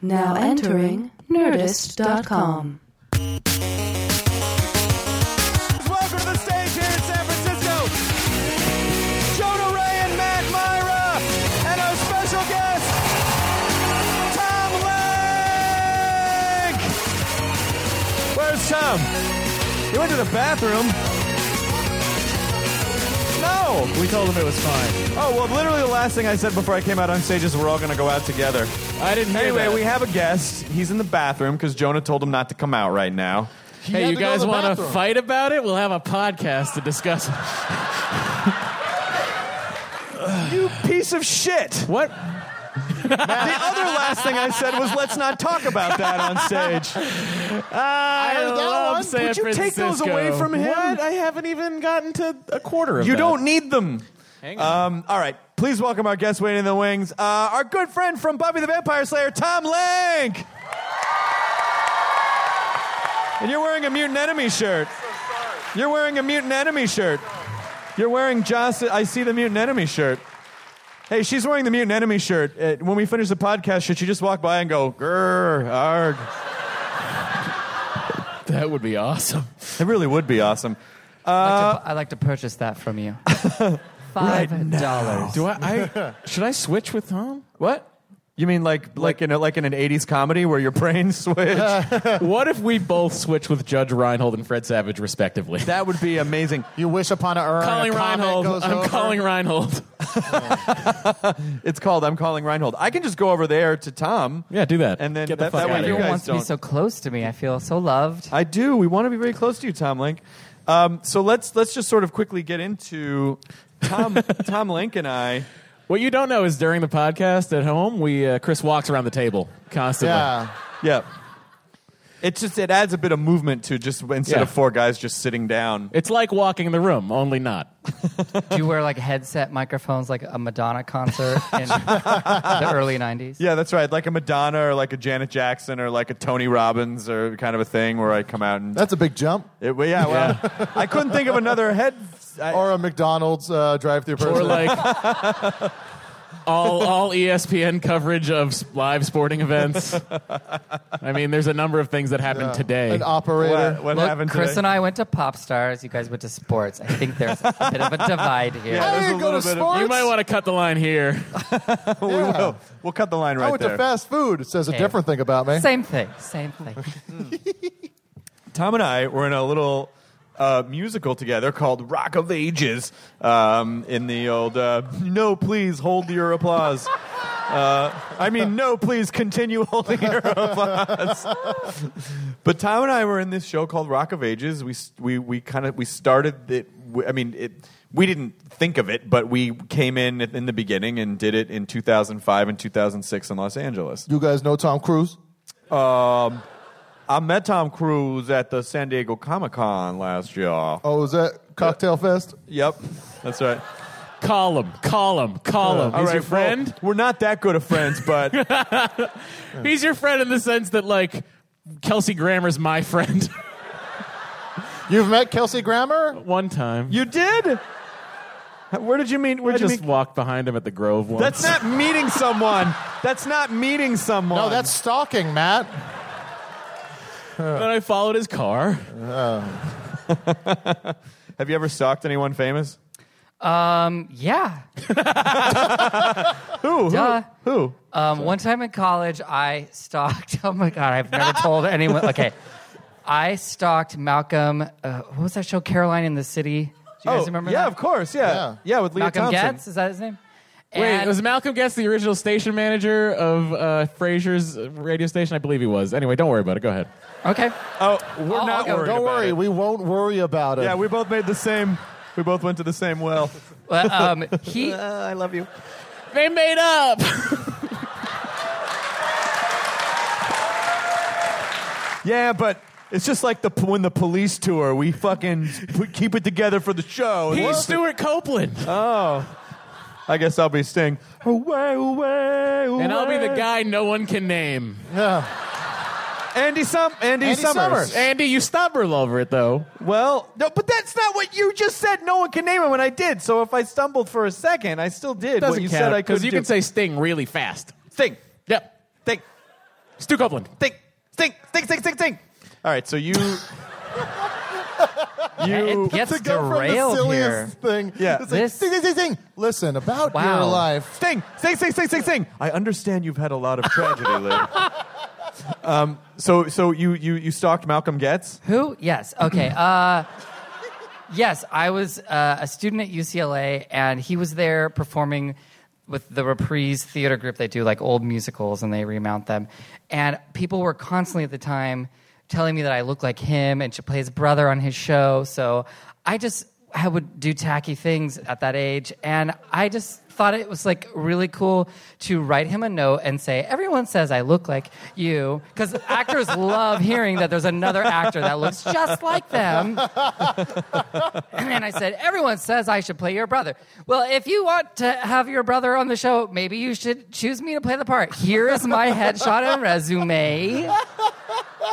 Now entering Nerdist.com. Welcome to the stage here in San Francisco. Jonah Ray and Matt Myra, and our special guest, Tom Lank. Where's Tom? He went to the bathroom. No. We told him it was fine. Oh well, literally the last thing I said before I came out on stage is we're all gonna go out together. I didn't hear Anyway, that. we have a guest. He's in the bathroom because Jonah told him not to come out right now. hey, had you to go to guys the want to bathroom. fight about it? We'll have a podcast to discuss. it. You piece of shit. What? The other last thing I said was, let's not talk about that on stage. I, heard that love one. San Would you take Francisco. those away from him? What? I haven't even gotten to a quarter of You that. don't need them. Hang on. Um, all right. Please welcome our guest waiting in the wings, uh, our good friend from Bobby the Vampire Slayer, Tom Lank. And you're wearing a Mutant Enemy shirt. You're wearing a Mutant Enemy shirt. You're wearing Joss. I see the Mutant Enemy shirt. Hey, she's wearing the Mutant Enemy shirt. Uh, when we finish the podcast, should she just walk by and go, grrr, arg? That would be awesome. It really would be awesome. I'd like to purchase that from you. Five dollars. Do I, I? Should I switch with Tom? What? You mean like like in a, like in an '80s comedy where your brains switch? What if we both switch with Judge Reinhold and Fred Savage, respectively? that would be amazing. You wish upon a urn. calling a comet Reinhold. goes I'm over. calling Reinhold. It's called "I'm Calling Reinhold." I can just go over there to Tom. Yeah, do that. And then Get the that, fuck that way outta you here. guys wants to don't. be so close to me. I feel so loved. I do. We want to be very close to you, Tom Link. Um, so let's let's just sort of quickly get into Tom Tom Link and I. What you don't know is during the podcast at home, we uh, Chris walks around the table constantly. Yeah. Yeah. It just it adds a bit of movement to just instead Yeah. of four guys just sitting down. It's like walking in the room, only not. Do you wear like headset microphones like a Madonna concert in the early '90s? Yeah, that's right. Like a Madonna or like a Janet Jackson or like a Tony Robbins or kind of a thing where I come out and That's a big jump. It, well, yeah, well, I couldn't think of another head. I- Or a McDonald's uh, drive-through person. Or like all all E ESPN coverage of s- live sporting events. I mean, there's a number of things that happened today. an operator. what what Look, happened Chris today? and I went to pop stars. You guys went to sports. I think there's a bit of a divide here. Yeah, I there's didn't a go to little bit of- sports. You might want to cut the line here. we Yeah. will. We'll cut the line right I went there. to fast food. It says a Okay. different thing about me. Same thing. Same thing. Tom and I were in a little uh, musical together called Rock of Ages um, in the old uh, No, please hold your applause. Uh, I mean, no, please continue holding your applause. but Tom and I were in this show called Rock of Ages. We s- we we kind of we started it. w- I mean, it, we didn't think of it, but we came in at- in the beginning and did it in 2005 and 2006 in Los Angeles. You guys know Tom Cruise? I met Tom Cruise at the San Diego Comic Con last year. Oh, is that Cocktail Fest? Yep, that's right. Call him. Call him. Call him. All He's right, your friend. well, we're not that good of friends, but He's your friend in the sense that like Kelsey Grammer's my friend. You've met Kelsey Oh, Grammer? One time, you did. Where did you meet? Where I did you just meet? walked behind him at the Grove once. That's not meeting someone. That's not meeting someone. No, that's stalking, Matt. And I followed his car. Have you ever stalked anyone famous? Um, yeah. Who? Duh. Who? Um, one time in college, I stalked. Oh my god, I've never told anyone. Okay, I stalked Malcolm. Uh, what was that show? Caroline in the City. Do you guys remember? Oh, yeah, that? of course. Yeah. Yeah. Yeah, with Leah Malcolm Thompson. Getz is that his name? Wait, And- was Malcolm Guest the original station manager of uh, Frasier's radio station? I believe he was. Anyway, don't worry about it. Go ahead. okay. Oh, we're I'll- not I'll go. worried Don't about worry, it. we won't worry about it. Yeah, we both made the same. We both went to the same well. Well, um, he Uh, I love you. They made up. Yeah, but it's just like the when the police tour. We fucking we keep it together for the show. He's Stuart Copeland, I guess I'll be Sting. Away, away, away. and I'll be the guy no one can name. Andy Sum. Andy, Andy Summers. Andy, you stumble over it though. Well, no, but that's not what you just said. No one can name him, and I did. So if I stumbled for a second, I still did what you said. I could because you do. can say Sting really fast. Sting, Yep, Sting, Stu Copeland. Sting, Sting, Sting, Sting, Sting, Sting. All right, so you. it gets to go from the derailed here. silliest thing. Yeah. It's like, This- ding, ding, ding, ding. Listen about Wow. your life. Sting, sing, sing, sing, sing, sing. I understand you've had a lot of tragedy lately. um, so, so you, you, you stalked Malcolm Getz? Who? Yes. Okay. Uh, yes, I was uh, a student at UCLA, and he was there performing with the Reprise Theater Group. They do like old musicals, and they remount them. And people were constantly at the time telling me that I look like him, and to play his brother on his show. So I just I would do tacky things at that age, and I just thought it was like really cool to write him a note and say everyone says i look like you because actors love hearing that there's another actor that looks just like them and then I said, Everyone says I should play your brother. Well, if you want to have your brother on the show, maybe you should choose me to play the part. Here is my headshot and resume.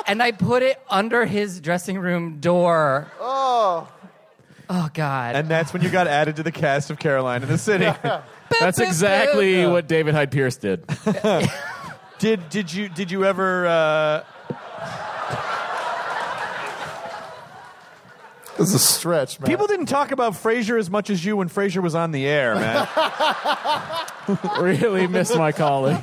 And I put it under his dressing room door. Oh. Oh, God. And that's when you got added to the cast of Caroline in the City. That's exactly what David Hyde Pierce did. Did did you did you ever? Uh, This is a stretch, man. people didn't talk about Frasier as much as you when Frasier was on the air, man. really missed my calling.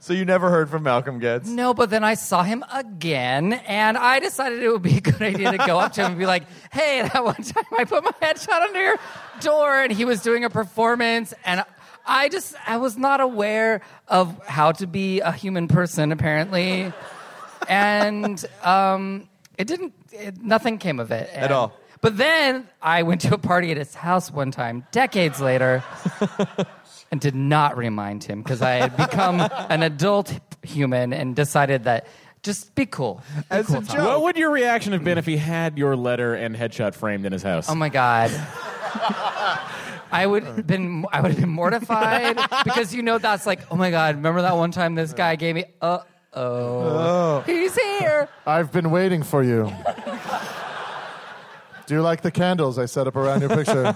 so you never heard from Malcolm Getz. No, but then I saw him again, and I decided it would be a good idea to go up to him and be like, "Hey, that one time I put my headshot under your door, and he was doing a performance, and I just I was not aware of how to be a human person apparently, and um, it didn't. It, nothing came of it And- all. But then I went to a party at his house one time, decades later and did not remind him because I had become an adult human and decided that just be cool. Be As cool, a Tom. joke. What would your reaction have been if he had your letter and headshot framed in his house? Oh my god. I would have been I would have been mortified because you know that's like oh my god remember that one time this guy gave me uh oh he's here I've been waiting for you. Do you like the candles I set up around your picture?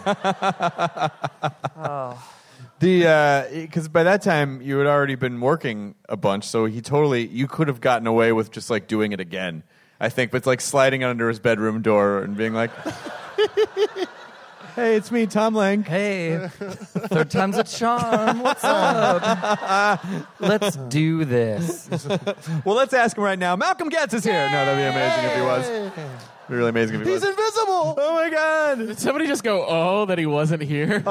The because by that time you had already been working a bunch, so he totally you could have gotten away with just like doing it again. I think, but it's like sliding under his bedroom door and being like, "Hey, it's me, Tom Lang." hey third time's a charm what's up let's do this Well, let's ask him right now. Malcolm Getz is here. No, that'd be amazing if he was. It'd be really amazing if he He's was. invisible. Oh my God! Did somebody just go, oh, that he wasn't here?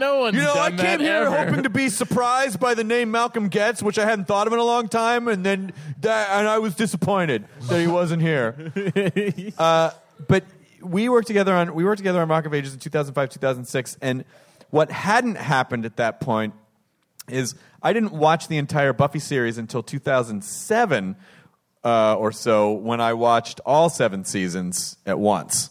no one's You know, I done that came here ever. hoping to be surprised by the name Malcolm Getz, which I hadn't thought of in a long time, and then that, and I was disappointed that he wasn't here. uh, but we worked together on we worked together on Rock of Ages in 2005, 2006, and what hadn't happened at that point is I didn't watch the entire Buffy series until 2007 uh, or so when I watched all seven seasons at once.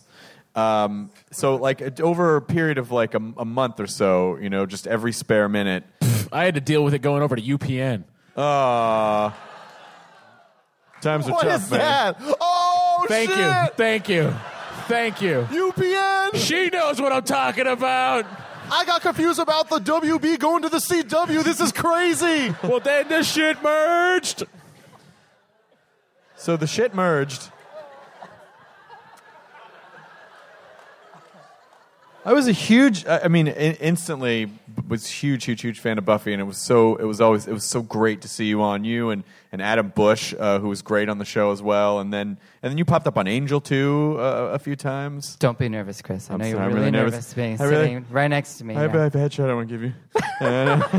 Um, so like it- over a period of like a, a month or so, you know, just every spare minute. I had to deal with it going over to UPN. Uh, times are What tough, is man. that? Oh, Thank you. shit. Thank you. Thank you. UPN. She knows what I'm talking about. I got confused about the WB going to the CW. This is crazy. Well, then this shit merged. So the shit merged. I was a huge. I I mean, in, instantly b- was huge, huge, huge fan of Buffy, and it was so. It was always. It was so great to see you on you and and Adam Bush, uh, who was great on the show as well, and then and then you popped up on Angel too uh, a few times. Don't be nervous, Chris. I I'm know you're sorry, I'm really, really nervous. nervous. being I really- sitting right next to me. yeah. I have I have a headshot I want to give you.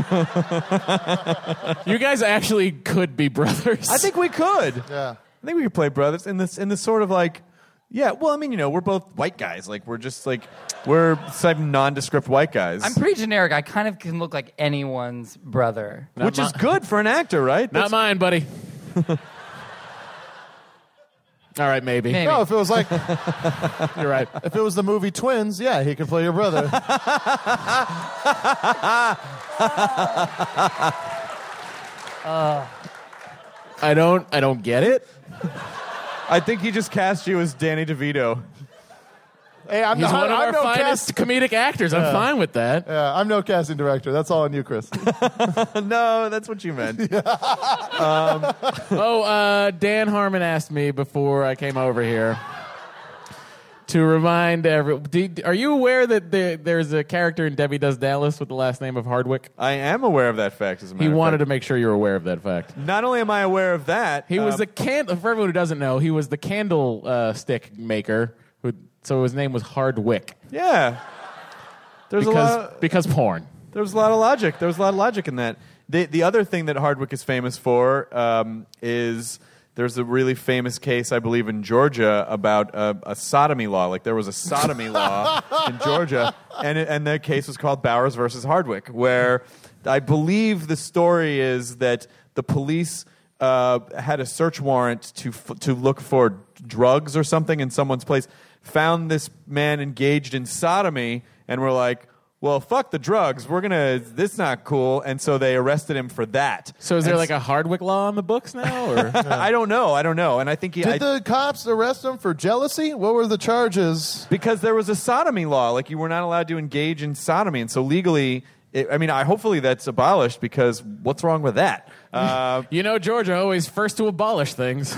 You guys actually could be brothers. I think we could. Yeah. I think we could play brothers in this in this sort of like yeah, well I mean, you know, we're both white guys. Like we're just like we're some nondescript white guys. I'm pretty generic. I kind of can look like anyone's brother. which is good for an actor, right? not mine, buddy. All right, maybe. Maybe. No, if it was like You're right. if it was the movie Twins, yeah, he could play your brother. I don't. I don't get it. I think he just cast you as Danny DeVito. hey, I'm, He's not, one of I'm our no finest cast- comedic actors. I'm fine with that. Yeah, I'm no casting director. That's all on you, Chris. no, that's what you meant. Oh, uh, Dan Harmon asked me before I came over here to remind everyone. Are you aware that there, there's a character in Debbie Does Dallas with the last name of Hardwick? I am aware of that fact as a matter He of wanted to fact. make sure you're aware of that fact. Not only am I aware of that, He was um, the candle. For everyone who doesn't know, he was the candle uh, stick maker. Who, so his name was Hardwick Yeah. There's a because lot because porn. There was a lot of logic. There was a lot of logic in that. The, the other thing that Hardwick is famous for um, is there's a really famous case, I believe, in Georgia about a, a sodomy law. Like there was a sodomy law in Georgia, and it, and the case was called Bowers versus Hardwick, where I believe the story is that the police uh, had a search warrant to f- to look for drugs or something in someone's place, found this man engaged in sodomy, and were like, "Well, fuck the drugs. We're gonna. This not cool." And so they arrested him for that. So is there And like a Hardwick law on the books now? Or? I don't know. I don't know. And I think he. I- Did the cops arrest him for jealousy? What were the charges? because there was a sodomy law like you were not allowed to engage in sodomy and so legally it, i mean i hopefully that's abolished because what's wrong with that uh, you know, Georgia always first to abolish things.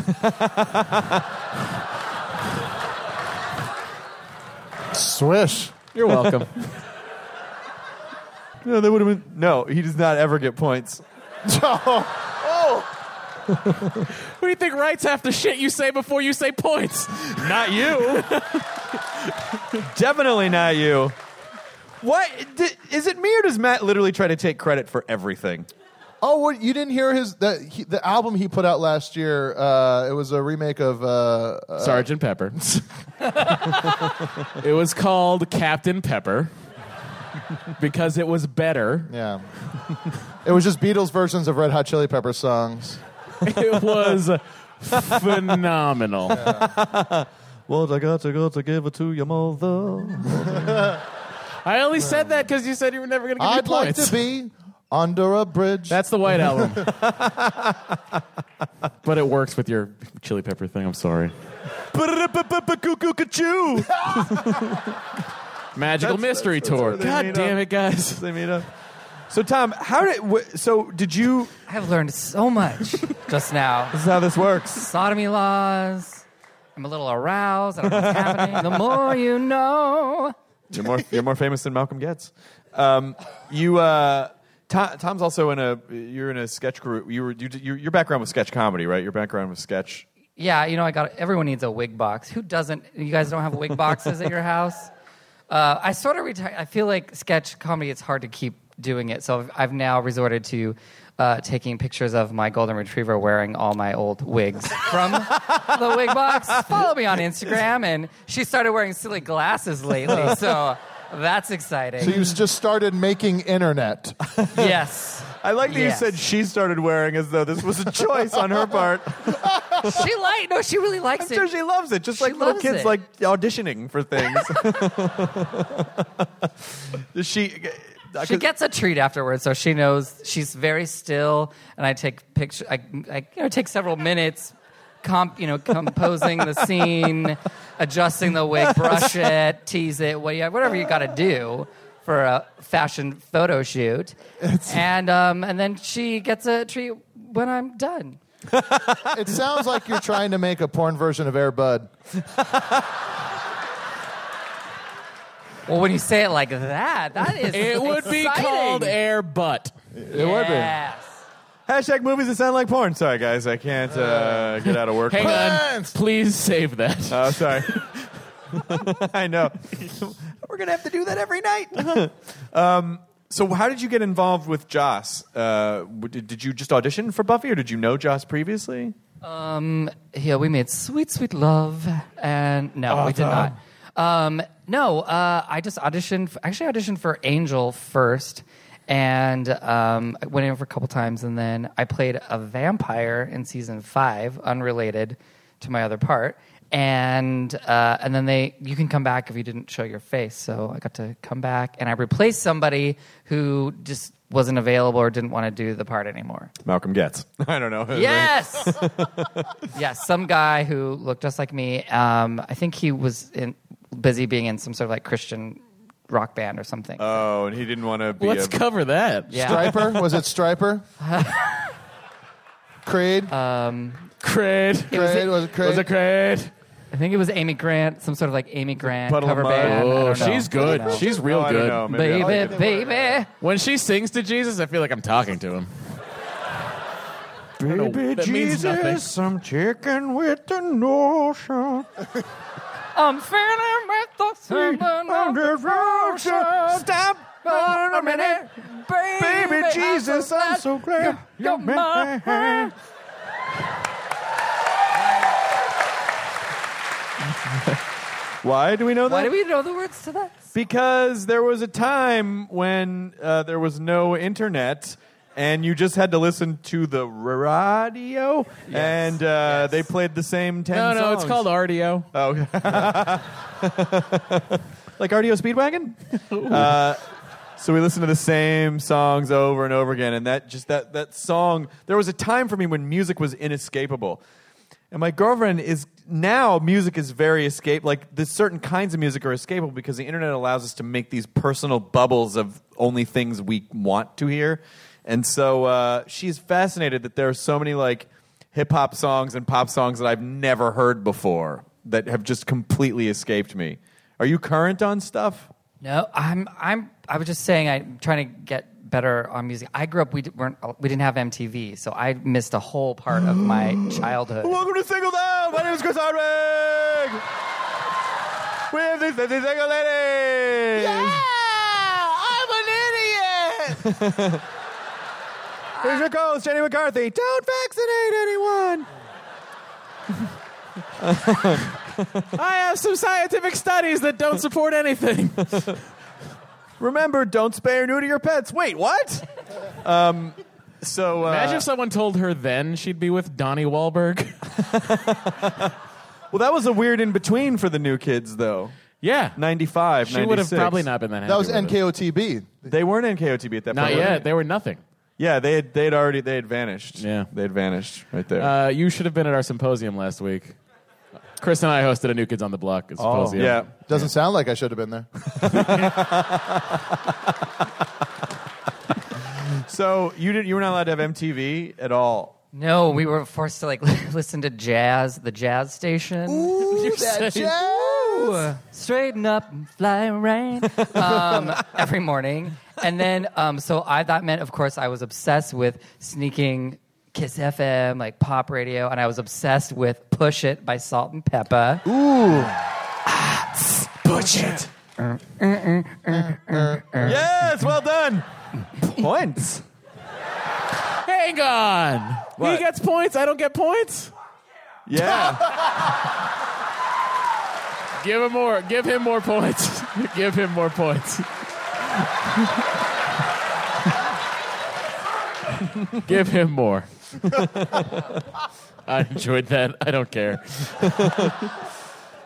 Swish. You're welcome. no that would have been Oh. no he does not ever get points What do you think rights have to shit you say before you say points? not you definitely not you what d- is it me or does matt literally try to take credit for everything Oh, what, you didn't hear his that he, the album he put out last year? Uh, it was a remake of. Uh, uh, Sergeant Pepper. it was called Captain Pepper because it was better. yeah, it was just Beatles versions of Red Hot Chili Peppers songs. It was phenomenal. well i got to go to give it to your mother I only said that because you said you were never going to give me I'd like points. to be under a bridge. That's the White Album. but it works with your chili pepper thing. I'm sorry. Magical Mystery that's Tour. where they God meet damn up. it, guys. they meet up so tom how did wh- so did you I've learned so much just now. this is how this works Sodomy laws. I'm a little aroused. I don't know what's happening. The more you know. You're more you're more famous than Malcolm Getz. Um, you uh, Tom, Tom's also in a you're in a sketch group. You were you, you, your background was sketch comedy, right? Your background was sketch. Yeah, you know, I got everyone needs a wig box. Who doesn't? You guys don't have wig boxes at your house? Uh, I sort of retire. I feel like sketch comedy. It's hard to keep doing it, so I've, I've now resorted to uh, taking pictures of my golden retriever wearing all my old wigs from the wig box. Follow me on Instagram, and she started wearing silly glasses lately, so that's exciting. so you just started making internet. yes, I like that Yes. you said she started wearing as though this was a choice on her part. she like no, she really likes I'm it. sure she loves it, just She like little loves kids it. like auditioning for things. Does she? uh, She gets a treat afterwards, so she knows she's very still. And I take picture. I, I you know take several minutes, comp, you know, composing the scene, adjusting the wig, brush it, tease it, what you- whatever you got to do for a fashion photo shoot. and um, and then she gets a treat when I'm done. It sounds like you're trying to make a porn version of Air Bud. Well, when you say it like that, that is It would be exciting. called air butt. It would be. Yes. Hashtag movies that sound like porn. Sorry, guys, I can't uh, get out of work. Hang on, Pants! please save that. Oh, sorry. I know. We're gonna have to do that every night. um, so, how did you get involved with Joss? Uh, w- did, did you just audition for Buffy, or did you know Joss previously? Um, yeah, we made sweet, sweet love, and no, we did not. Um, no, uh, I just auditioned. f actually, auditioned for Angel first, and um, I went in for a couple times, and then I played a vampire in season five, unrelated to my other part. And uh, and then they, you can come back if you didn't show your face. So I got to come back, and I replaced somebody who just wasn't available or didn't want to do the part anymore. Malcolm Getz. I don't know. Yes. yes, some guy who looked just like me. Um, I think he was in, busy being in some sort of like Christian rock band or something. Oh, and he didn't want to be. Let's a- cover that. yeah. Striper? Was it Striper? Creed? Cred. Creed? Was it, Creed? Was it cred? I think it was Amy Grant, some sort of like Amy Grant Puddle of cover Mud. band. I don't Oh, know. she's good. I don't know. She's real Oh, I good. don't know. Maybe I'll- Baby, baby. When she sings to Jesus, I feel like I'm talking to him. know. Baby That means nothing. Jesus, some chicken with the notion. I'm feeling with the feeling of the Stop. Stop. a minute. Baby, Baby Jesus, I'm glad so glad you're you made mine. me. Why do we know that? Why do we know the words to that? Because there was a time when uh, there was no internet. And you just had to listen to the radio, and uh, they played the same ten No, no, it's called songs. RDO. like RDO Speedwagon. uh, so we listened to the same songs over and over again, and that just that that song. There was a time for me when music was inescapable, and my girlfriend is now music is very escape. Like there's certain kinds of music are escapable because the internet allows us to make these personal bubbles of only things we want to hear, and so uh, she's fascinated that there are so many like hip hop songs and pop songs that I've never heard before that have just completely escaped me. Are you current on stuff? No, I'm. I'm. I was just saying. I'm trying to get better on music. I grew up. We di- weren't. We didn't have MTV, so I missed a whole part of my childhood. Welcome to Single Down. My name is Chris Hardwick. We have these fancy single ladies. Yeah, I'm an idiot. Here's your host, Jenny McCarthy. Don't vaccinate anyone. I have some scientific studies that don't support anything. Remember, don't spay or neuter your pets. Wait, what? um, so uh, Imagine if someone told her then she'd be with Donnie Wahlberg. well, that was a weird in between for the new kids, though. yeah. 95, She would have 96. probably not been that happy. that was with it. NKOTB. They weren't NKOTB at that Not point. were yet. they? They were nothing. Yeah, they had they'd already they had vanished. Yeah. they had vanished right there. Uh, you should have been at our symposium last week. Chris and I hosted a New Kids on the Block symposium. Oh, yeah. Doesn't sound like I should have been there. So you didn't you were not allowed to have MTV at all. No, we were forced to like listen to jazz, the jazz station. Ooh, Straighten up and fly right um, every morning. And then, um, so I that meant, of course, I was obsessed with sneaking Kiss FM, like pop radio, and I was obsessed with Push It by Salt and Peppa. Ooh. Yes, well done. Points. Hang on. What? He gets points. I don't get points. Yeah. Give him more. Give him more points. give him more points. give him more. I enjoyed that. I don't care.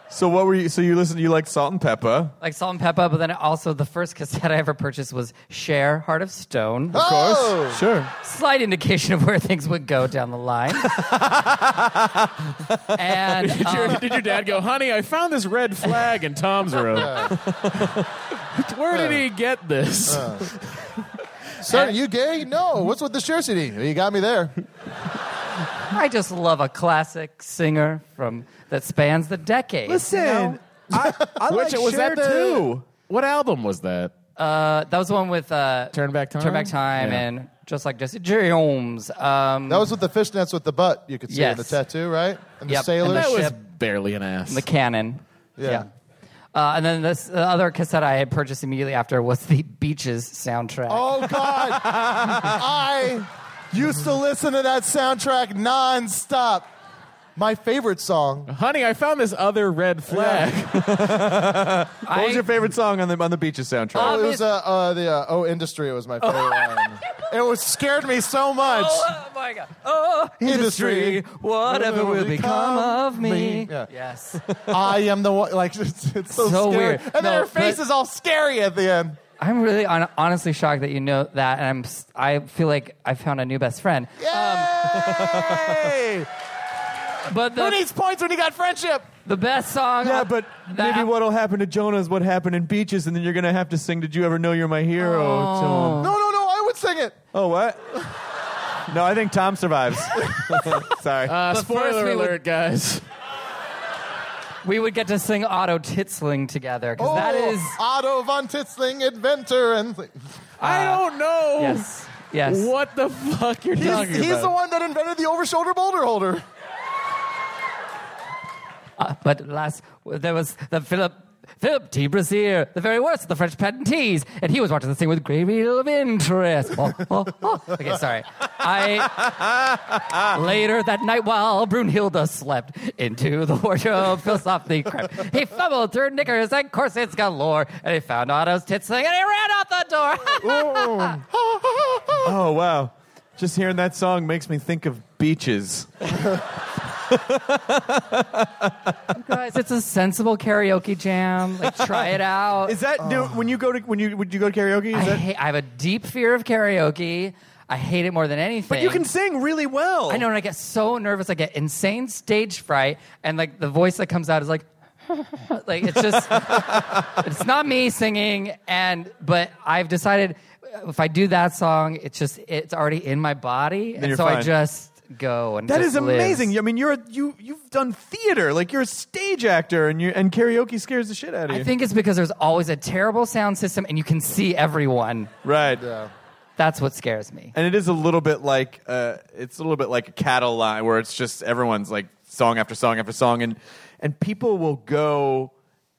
so what were you? So you listened? You liked Salt and Pepper? Like Salt and Peppa, but then also the first cassette I ever purchased was Share Heart of Stone. Of course. Oh! Sure. Slight indication of where things would go down the line. and uh, Did your, did your dad go, honey? I found this red flag in Tom's room. Where did he get this? Sir, you gay? No. What's with the share CD? You got me there. I just love a classic singer from that spans the decade. Listen, I, I Which like was Cher that the- too. What album was that? Uh, that was the one with uh, Turn Back Time? Turn Back Time, Yeah. and just like Jesse Jones. Um, That was with the fishnets with the butt you could see in the Yes. tattoo, right? And Yep, the and sailors. the That was Ship. barely an ass. the cannon. Yeah. Uh, and then this the other cassette I had purchased immediately after was the Beaches soundtrack. Oh God! I used to listen to that soundtrack nonstop. My favorite song. Uh-huh. Honey, I found this other red flag. What was your favorite song on the on the Beaches soundtrack? Oh, it was uh, uh, the uh, Oh Industry. was my favorite. one. It was scared me so much. Oh, my God. Oh, Industry, industry, whatever will become of me. Yeah. Yes. I am the one. Like it's, it's so, So scary. weird. And then No, her face but- is all scary at the end. I'm really on, honestly shocked that you know that. And I'm, s- I feel like I found a new best friend. Yay! Uh, But Who the, needs points when you got friendship? the best song. Yeah, on but that- maybe what'll happen to Jonah is what happened in Beaches, and then you're gonna have to sing "Did You Ever Know You're My Hero?" Oh, Tom. No, no, no! I would sing it. oh what? No, I think Tom survives. Sorry. Uh, But first spoiler we would- alert, guys. we would get to sing Auto Titzling together because that Oh, is. Otto von Titzling, inventor, and I don't know. uh, Yes. Yes. What the fuck you're he's, talking he's about? the one that invented the over-shoulder boulder holder. But last, there was the Philip. Philip T. Brazier, the very worst of the French patentees, and he was watching this thing with great deal of interest. Oh, oh, oh. Okay, sorry. I later that night, while Brunhilde slept into the wardrobe, Phil softly crept. He fumbled through knickers and corsets galore, and he found Otto's titsling, and he ran out the door. oh wow! Just hearing that song makes me think of beaches. Guys, it's a sensible karaoke jam. Like, try it out. Is that do, when you go to when you would you go to karaoke? Is I, that, hate, I have a deep fear of karaoke. I hate it more than anything. but you can sing really well. I know, and I get so nervous. I get insane stage fright, and like the voice that comes out is like, like it's just, it's not me singing. And but I've decided uh, if I do that song, it's just it's already in my body, and you're so I fine. just go and That just is live. amazing. I mean, you're a- you you've done theater, like you're a stage actor, and you and karaoke scares the shit out of you. I think it's because there's always a terrible sound system, and you can see everyone. right. That's what scares me. and it is a little bit like uh, it's a little bit like a cattle line where it's just everyone's like song after song after song and and people will go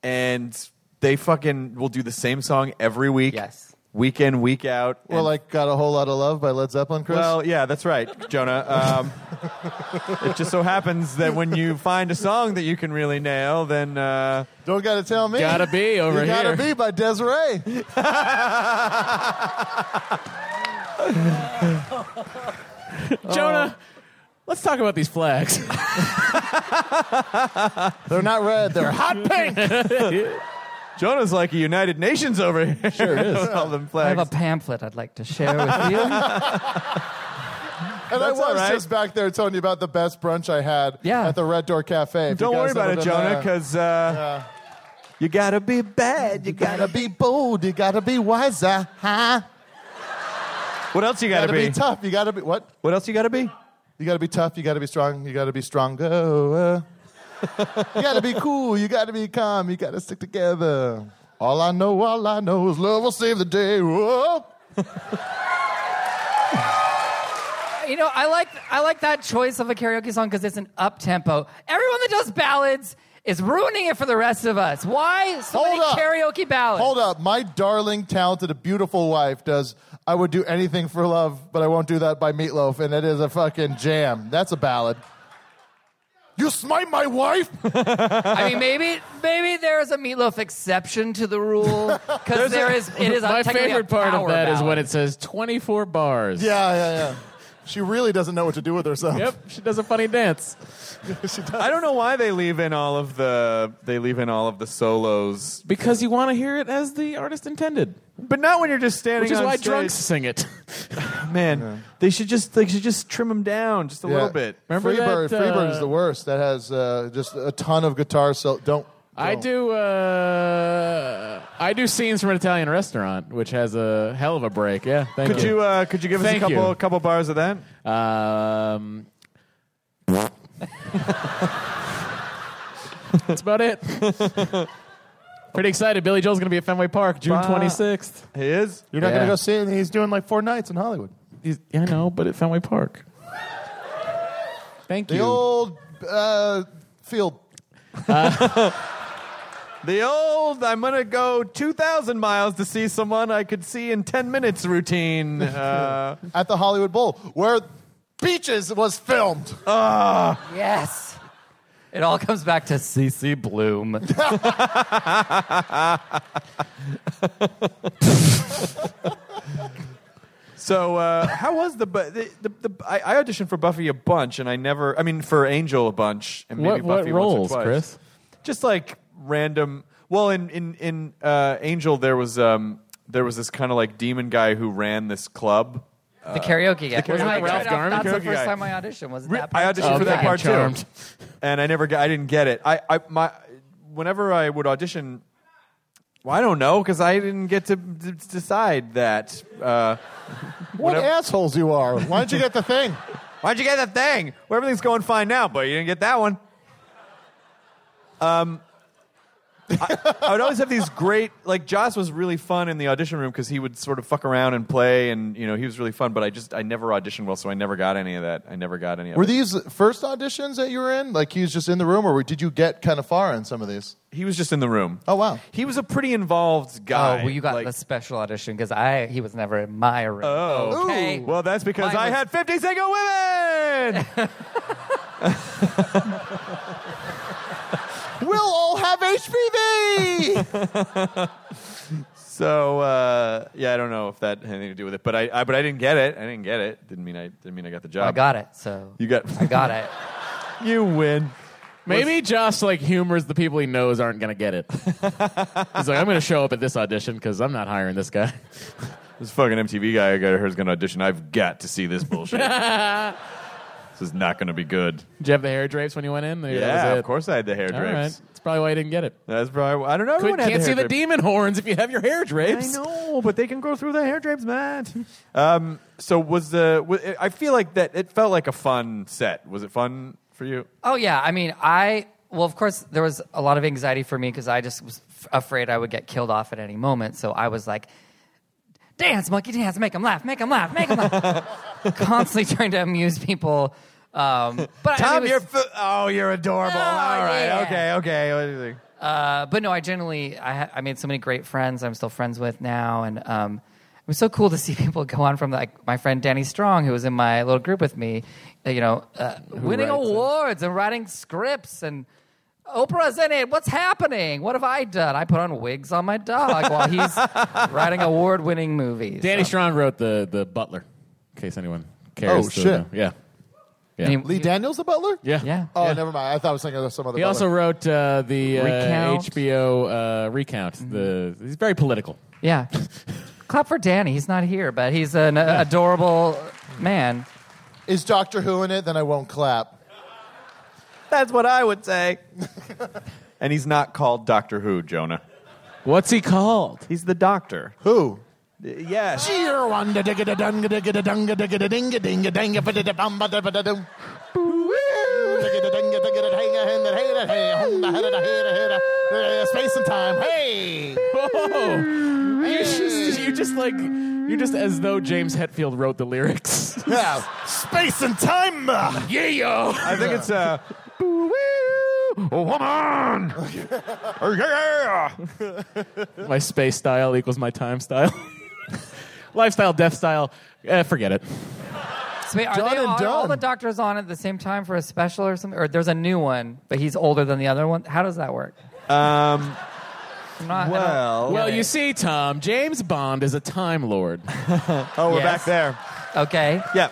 and they fucking will do the same song every week Yes. week in week out Well, And- like got a whole lot of love by Led Zeppelin, Chris. well yeah that's right jonah um, it just so happens that when you find a song that you can really nail then uh, Don't gotta tell me. Gotta be over you gotta here. be by Desiree. Jonah, let's talk about these flags. They're not red. They're hot. jonah's like a united nations over here sure is all them I flags have a pamphlet I'd like to share with you. And I That's all was right. just back there telling you about the best brunch I had Yeah. at the Red Door Cafe. If you don't guys worry about it haven't done jonah that- because uh, you gotta be bad you gotta gotta be bold. You gotta be wiser. Huh? What else you You gotta, gotta be. tough. You gotta be what? What else you gotta be? You gotta be tough. You gotta be strong. You gotta be stronger. you gotta be cool. You gotta be calm. You gotta stick together. All I know, all I know is love will save the day. Whoa. You know, I like I like that choice of a karaoke song because it's an up tempo. Everyone that does ballads is ruining it for the rest of us. Why so Hold many up. karaoke ballads? Hold up. My darling, talented, beautiful wife does I Would Do Anything for Love, but I Won't Do That by Meatloaf, and it is a fucking jam. That's a ballad. You smite my wife? I mean, maybe maybe there is a meatloaf exception to the rule because there is it is a- My technically a favorite part of power that is ballad. when it says 24 bars. yeah, yeah, yeah. She really doesn't know what to do with herself. Yep, she does a funny dance. I don't know why they leave in all of the they leave in all of the solos, Because you want to hear it as the artist intended, but not when you're just standing. which is on why stage. drunks sing it. man, they should just they should just trim them down just a little bit. Remember Freebird. that, uh, Freebird's the worst. That has uh, just a ton of guitar. So don't. I don't. do. Uh, I do scenes from an Italian restaurant, which has a hell of a break. Yeah, thank Could you. uh, you uh, could you give us a Thank couple you. couple bars of that? Um, that's about it. Pretty excited. Billy Joel's going to be at Fenway Park June Wow. 26th. He is. You're not Yeah. going to go see it. He's doing like four nights in Hollywood. He's, yeah, I know, but at Fenway Park. Thank The you. old uh, field. The old I'm gonna go 2,000 miles to see someone I could see in 10 minutes routine. Uh, at the Hollywood Bowl where Beaches was filmed. Yes. It all comes back to CC Bloom. so uh, how was the, bu- the, the, the I, I auditioned for Buffy a bunch and I never I mean for Angel a bunch and maybe what what Buffy roles, once or twice. Chris? Just like random. Well, in in in uh, Angel there was um there was this kind of like demon guy who ran this club. the karaoke guy. the karaoke Oh my guy. Ralph God, Garman That's the karaoke first guy. time I auditioned. Was it that I part? auditioned for that Okay. part Charmed. too, and I never got, I didn't get it. I, I my whenever I would audition, well, I don't know because I didn't get to d- decide that. Uh, What Whatever. assholes you are. Why don't you get the thing? Why'd you get that thing? Well, everything's going fine now, but you didn't get that one. Um, I, I would always have these great like Joss was really fun in the audition room because he would sort of fuck around and play, and you know he was really fun. But I just I never auditioned well, so I never got any of that. I never got any. Of Were it. these first auditions that you were in? Like he was just in the room, or did you get kind of far in some of these? He was just in the room. Oh, wow. He was a pretty involved Oh, guy. well, you got like- the special audition because I he was never in my room. Oh. okay. Well, that's because Mine I was- had 50 single women. We'll all have HPV. so uh, yeah, I don't know if that had anything to do with it, but I, I but I didn't get it. I didn't get it. Didn't mean I didn't mean I got the job. I got it. So You got. I got it. you win. Maybe Josh like humors the people he knows aren't going to get it. He's like, I'm going to show up at this audition because I'm not hiring this guy. This fucking MTV guy I got here's going to audition. I've got to see this bullshit. this is not going to be good. Did you have the hair drapes when you went in? That was Yeah, it. of course I had the hair All drapes. right. That's probably why you didn't get it. That's probably. I don't know. Could, Everyone had can't see hair the drapes. demon horns if you have your hair I drapes. know, but they can grow through the hair drapes, man. um, so was the? wa- I feel like that. It felt like a fun set. Was it fun for you? Oh yeah, I mean, I well, of course, there was a lot of anxiety for me because I just was f- afraid I would get killed off at any moment. So I was like, "Dance, monkey, dance! Make them laugh! Make them laugh! Make them laugh!" Constantly trying to amuse people. Um, but I mean, it Tom, was- you're f- oh, you're adorable. Oh, All right, yeah. okay, okay. What do you think? Uh, but no, I generally I, ha- I made so many great friends. I'm still friends with now, and um, it was so cool to see people go on from like my friend Danny Strong, who was in my little group with me, uh, you know, uh, winning writes it. awards and writing scripts and. Oprah's in it. What's happening? What have I done? I put on wigs on my dog while he's writing award-winning movies. Danny Strong wrote the the Butler, in case anyone cares. Oh, to shit. know. Yeah. And he- Lee Daniels, the butler. Yeah. yeah. Oh, never mind. I thought I was thinking of some other. He butler. also wrote uh, the uh, Recount. HBO uh, recount. Mm-hmm. The he's very political. Yeah. Clap for Danny. He's not here, but he's an uh, adorable man. is Doctor Who in it? Then I won't clap. That's what I would say. and he's not called Doctor Who, Jonah. What's he called? He's the Doctor. Who? Yes. Space and time. Hey. Whoa. You just, you just like you just as though James Hetfield wrote the lyrics. Yeah. Space and time. yeah, yo. I think it's uh, woman. yeah. My space style equals my time style. Lifestyle, death style. Eh, forget it. So wait, are Done they and all, all done. the doctors on at the same time for a special or something? Or there's a new one, but he's older than the other one. How does that work? Um, I'm not, I don't- well, Well, it. you see, Tom, James Bond is a time lord. oh, we're Yes. back there. okay. Yeah.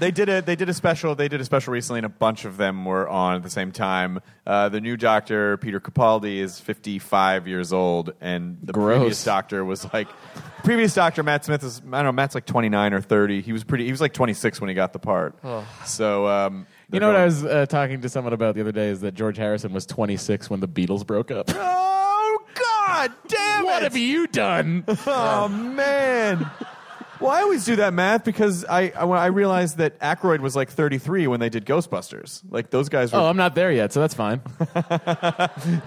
They did a they did a special they did a special recently and a bunch of them were on at the same time. Uh, the new doctor Peter Capaldi is 55 years old and the Gross. previous doctor was like previous doctor Matt Smith is I don't know Matt's like 29 or 30. He was pretty he was like 26 when he got the part. So um, You know what I was uh, talking to someone about the other day is that George Harrison was 26 when the Beatles broke up. Oh god damn what it. have you done? oh man. Well, I always do that math because I I, when I realized that Aykroyd was like 33 when they did Ghostbusters. Like those guys were Oh, I'm not there yet, so that's fine.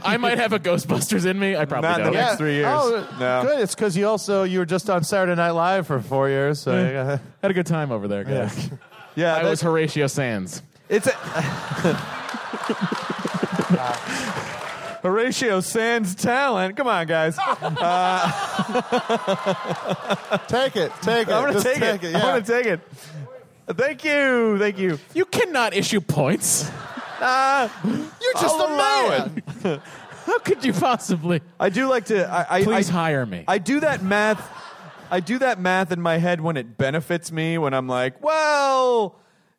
I might have a Ghostbusters in me. I probably Not in don't. the next three years. Oh, No. good. It's because you also you were just on Saturday Night Live for four years, so you got- Had a good time over there, guys. yeah. I that- was Horatio Sands. It's a. Horatio Sands talent. Come on, guys. take it, take it. I'm gonna Just take, it. yeah. I'm gonna take it. Thank you. Thank you. You cannot issue points. Uh, You're just I'll a allow man. How could you possibly? I do like to. I, I, Please I- hire me. I do that math. I do that math in my head when it benefits me. When I'm like, well,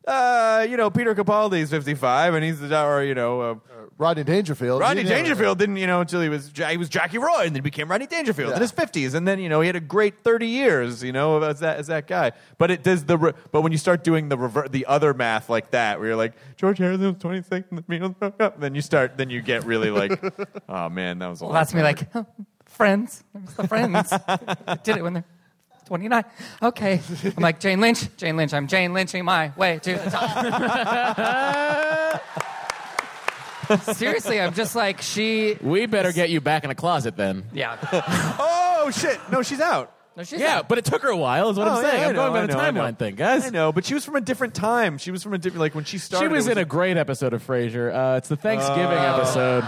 uh, you know, Peter Capaldi's 55, and he's the or you know, uh, Rodney Dangerfield. Rodney You know. Dangerfield didn't you know until he was he was Jackie Roy, and then became Rodney Dangerfield in Yeah. his 50s, and then you know he had a great 30 years, you know, as that as that guy. But it does the re- but when you start doing the rever- the other math like that, where you're like George Harrison was 26, and the Beatles broke up, then you start then you get really like, oh man, that was a Well, long that's me time. like, "Oh, friends. It's the friends. Did it when they're 29. Okay. I'm like, Jane Lynch, Jane Lynch. I'm Jane Lynching my way to the top. Seriously, I'm just like, she. We better get you back in a closet then. Yeah. oh shit, no, she's out. No, she's Yeah, like, but it took her a while, is what Oh, I'm yeah, saying. I I'm going know, by the I know, I know. timeline thing, guys. I know, but she was from a different time. She was from a different like when she started. She was it in a great episode of Frasier. Uh, it's the Thanksgiving episode.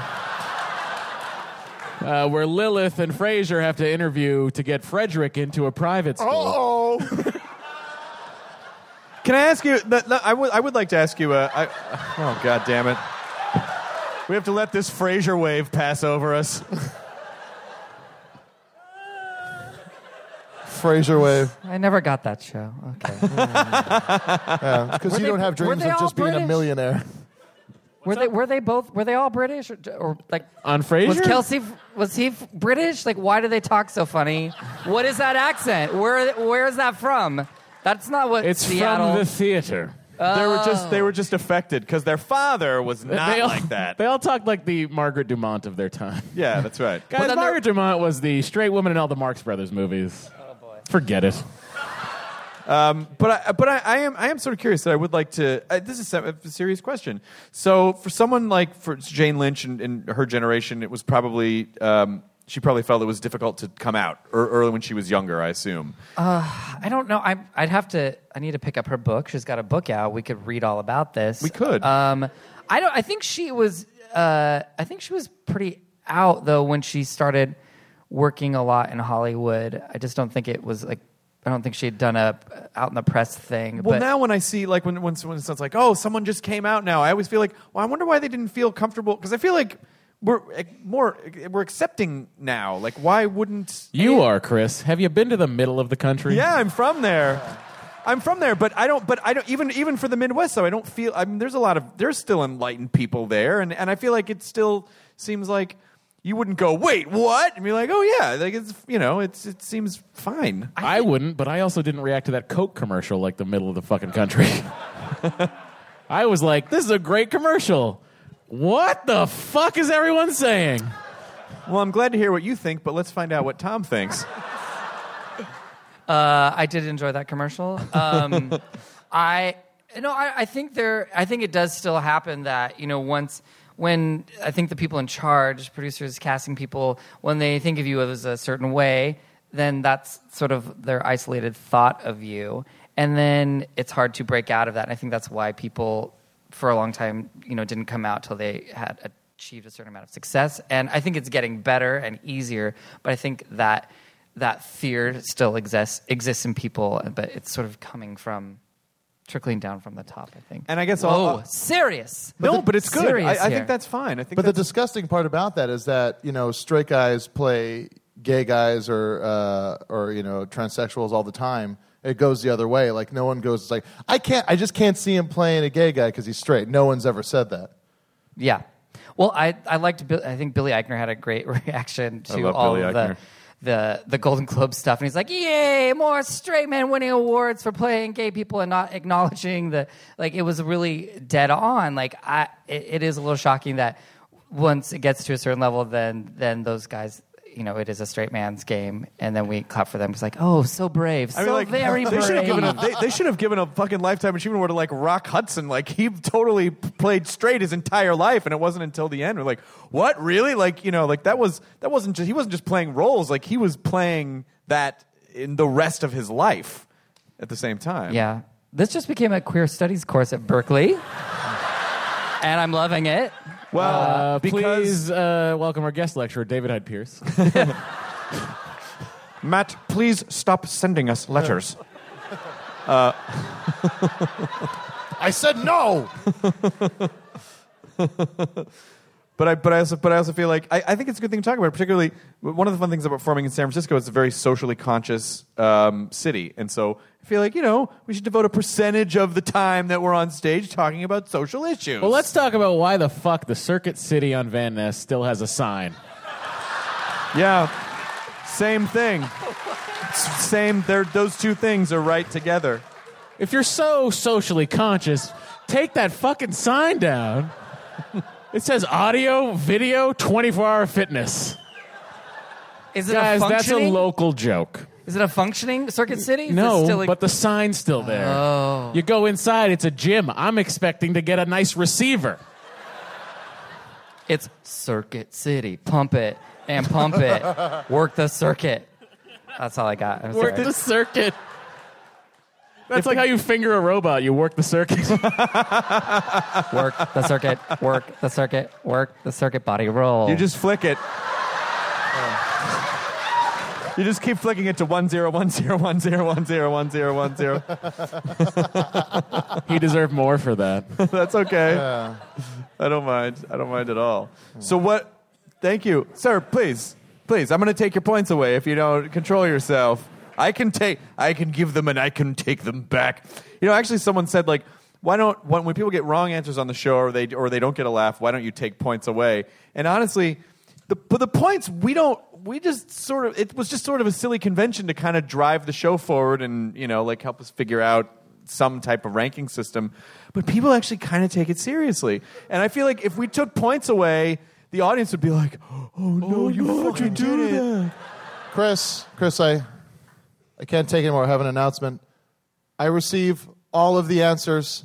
Uh, where Lilith and Frasier have to interview to get Frederick into a private school. Oh, Can I ask you? th- th- I would. I would like to ask you. Uh, I, oh God damn it! We have to let this Fraser wave pass over us. Fraser Wave. I never got that show. Okay. Because you they- don't have were dreams they of all just being a British? millionaire. were they were they both were they all British or, or like On Frasier? Was Kelsey was he f- British? Like why do they talk so funny? What is that accent? Where where is that from? That's not what It's Seattle. Uh, from the theater. They were just. They were just affected because their father was not Oh. all, like that. They all talked like the Margaret Dumont of their time. yeah, that's right. Guys, then Margaret Dumont was the straight woman in all the Marx Brothers movies. Oh, boy. Forget it. But I, but I, I am I am sort of curious that I would like to. Uh, this is a a serious question. So for someone like for Jane Lynch and, and her generation, it was probably um, she probably felt it was difficult to come out or, early when she was younger. I assume. I don't know. I I'd have to. I need to pick up her book. She's got a book out. We could read all about this. We could. Um, I don't. I think she was. Uh, I think she was pretty out though when she started working a lot in Hollywood. I just don't think it was like. I don't think she had done a out in the press thing. Well, but now when I see like when when someone sounds like, "Oh, someone just came out now," I always feel like, "Well, I wonder why they didn't feel comfortable." Because I feel like we're eh, more eh, we're accepting now. Like, why wouldn't? You are, Chris. Have you been to the middle of the country? Yeah, I'm from there. I'm from there, but I don't. But I don't even even for the Midwest. though, I don't feel. I mean, there's a lot of there's still enlightened people there, and and I feel like it still seems like you wouldn't go. Wait, what? And be like, oh yeah, like it's you know, it's it seems fine. I wouldn't, but I also didn't react to that Coke commercial like the middle of the fucking country. I was like, this is a great commercial. What the fuck is everyone saying? Well, I'm glad to hear what you think, but let's find out what Tom thinks. I did enjoy that commercial. Um, I no, I, I think there. I think it does still happen that you know once when I think the people in charge, producers, casting people, when they think of you as a certain way, then that's sort of their isolated thought of you, and then it's hard to break out of that. And I think that's why people for a long time, you know, didn't come out till they had achieved a certain amount of success. And I think it's getting better and easier, but I think that that fear still exists exists in people, but it's sort of coming from trickling down from the top. I think. And I guess oh, I'll- serious. no, but it's good. Serious I, I here. think that's fine. I think. But the that's- disgusting part about that is that you know straight guys play gay guys or uh, or you know transsexuals all the time. It goes the other way. Like no one goes. It's like I can't. I just can't see him playing a gay guy because he's straight. No one's ever said that. Yeah. Well, I I liked. Bill, I think Billy Eichner had a great reaction to love all Billy of Eichner. the. The, the Golden Globe stuff, and he's like, "Yay! More straight men winning awards for playing gay people and not acknowledging the like." It was really dead on. Like, I it, it is a little shocking that once it gets to a certain level, then then those guys you know, it is a straight man's game. And then we clap for them. It's like, oh, so brave, so I mean, like very they should brave. have given a they, they should have given a fucking lifetime achievement award to like Rock Hudson. Like he totally played straight his entire life, and it wasn't until the end we're like, what really? Like you know, like that was that wasn't just he wasn't just playing roles. Like he was playing that in the rest of his life at the same time. yeah, this just became a queer studies course at Berkeley, and I'm loving it. Well, Uh, because please uh, welcome our guest lecturer, David Hyde Pierce. Matt, please stop sending us letters. I said no. But I, but I also, but I also feel like I, I think it's a good thing to talk about. Particularly, one of the fun things about performing in San Francisco is it's a very socially conscious um, city, and so I feel like you know we should devote a percentage of the time that we're on stage talking about social issues. well, let's talk about why the fuck the Circuit City on Van Ness still has a sign. yeah, same thing, S- same. They're, those two things are right together. If you're so socially conscious, take that fucking sign down. it says audio, video, 24 hour fitness. Is it Guys, a that's a functioning? local joke. is it a functioning Circuit City? Is it no, still a- but the sign's still there. Oh. You go inside, it's a gym. I'm expecting to get a nice receiver. It's Circuit City. Pump it and pump it. Work the circuit. That's all I got. I'm Work sorry. the circuit. That's like how you finger a robot. You work the circuit. Work the circuit. Work the circuit. Work the circuit. Body roll. Oh. You just flick it. You just keep flicking it to one zero one zero one zero one zero one zero one zero. he deserved more for that. That's okay. I don't mind. I don't mind at all. So what? Thank you, sir. Please, please. I'm going to take your points away if you don't control yourself. I can take. I can give them, and I can take them back. You know, actually, someone said like, why don't when, when people get wrong answers on the show, or they or they don't get a laugh, why don't you take points away? And honestly, the but the points we don't. We just sort of. It was just sort of a silly convention to kind of drive the show forward, and you know, like help us figure out some type of ranking system, but people actually kind of take it seriously. And I feel like if we took points away, the audience would be like, "Oh no, you fucking did it!" Chris, Chris, I, I can't take anymore. I have an announcement. I receive all of the answers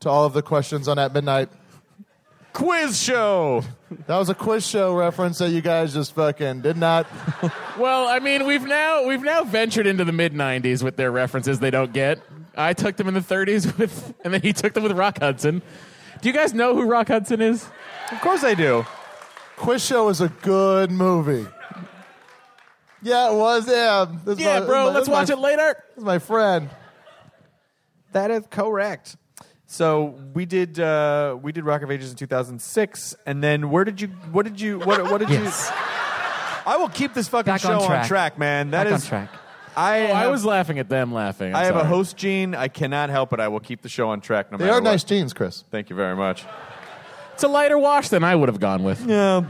to all of the questions on at midnight. Quiz show. That was a quiz show reference that you guys just fucking did not. Well, I mean, we've now we've now ventured into the mid '90s with their references they don't get. I took them in the '30s with, and then he took them with Rock Hudson. Do you guys know who Rock Hudson is? Of course I do. Quiz show is a good movie. Yeah, it was. Yeah, This is Yeah, my- bro. my- Let's this is my- watch it later. This is my friend. That is correct. So we did uh, we did Rock of Ages in 2006, and then where did you? What did you? What, what did Yes. you? I will keep this fucking Back show on on track. track. man. That back is. on track. I, Oh, I have- was laughing at them laughing. I'm I have a sorry. host gene. I cannot help it. I will keep the show on track no They matter are nice what. jeans, Chris. Thank you very much. It's a lighter wash than I would have gone with. Yeah,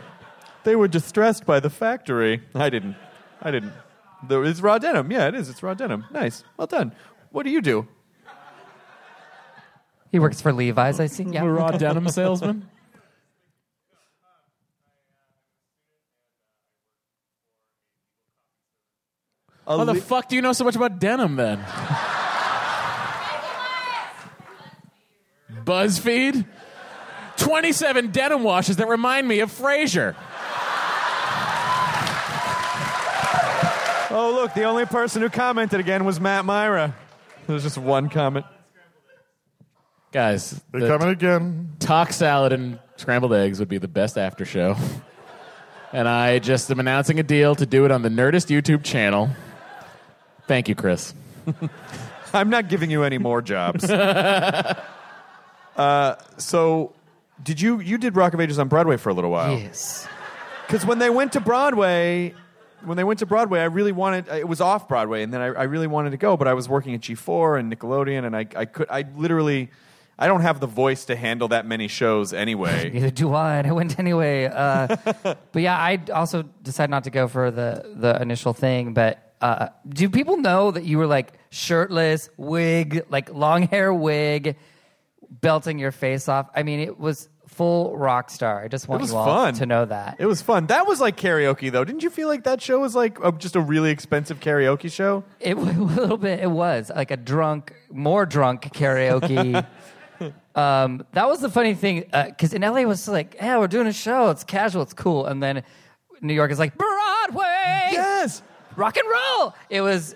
they were distressed by the factory. I didn't. I didn't. There is raw denim. Yeah, it is. It's raw denim. Nice. Well done. What do you do? He works for Levi's, I see. I'm a Yeah. raw denim salesman. A How the le- fuck do you know so much about denim then? BuzzFeed? 27 denim washes that remind me of Frasier. oh, look, the only person who commented again was Matt Myra. There's just one comment. Guys, They're the coming again. talk salad and scrambled eggs would be the best after show. And I just am announcing a deal to do it on the Nerdist YouTube channel. Thank you, Chris. I'm not giving you any more jobs. uh, so, did you you did Rock of Ages on Broadway for a little while? Yes. Because when they went to Broadway, when they went to Broadway, I really wanted. It was off Broadway, and then I, I really wanted to go, but I was working at G4 and Nickelodeon, and I, I could. I literally, I don't have the voice to handle that many shows anyway. Neither do I. And I went anyway. Uh, but yeah, I also decided not to go for the the initial thing. But uh, do people know that you were like shirtless, wig, like long hair wig, belting your face off? I mean, it was full rock star. I just It want was you all fun to know that. It was fun. That was like karaoke, though. Didn't you feel like that show was like a, just a really expensive karaoke show? It was a little bit. It was like a drunk, more drunk karaoke. um, that was the funny thing because in LA it was like, yeah, we're doing a show. It's casual. It's cool. And then New York is like Broadway, Yes. rock and roll. It was,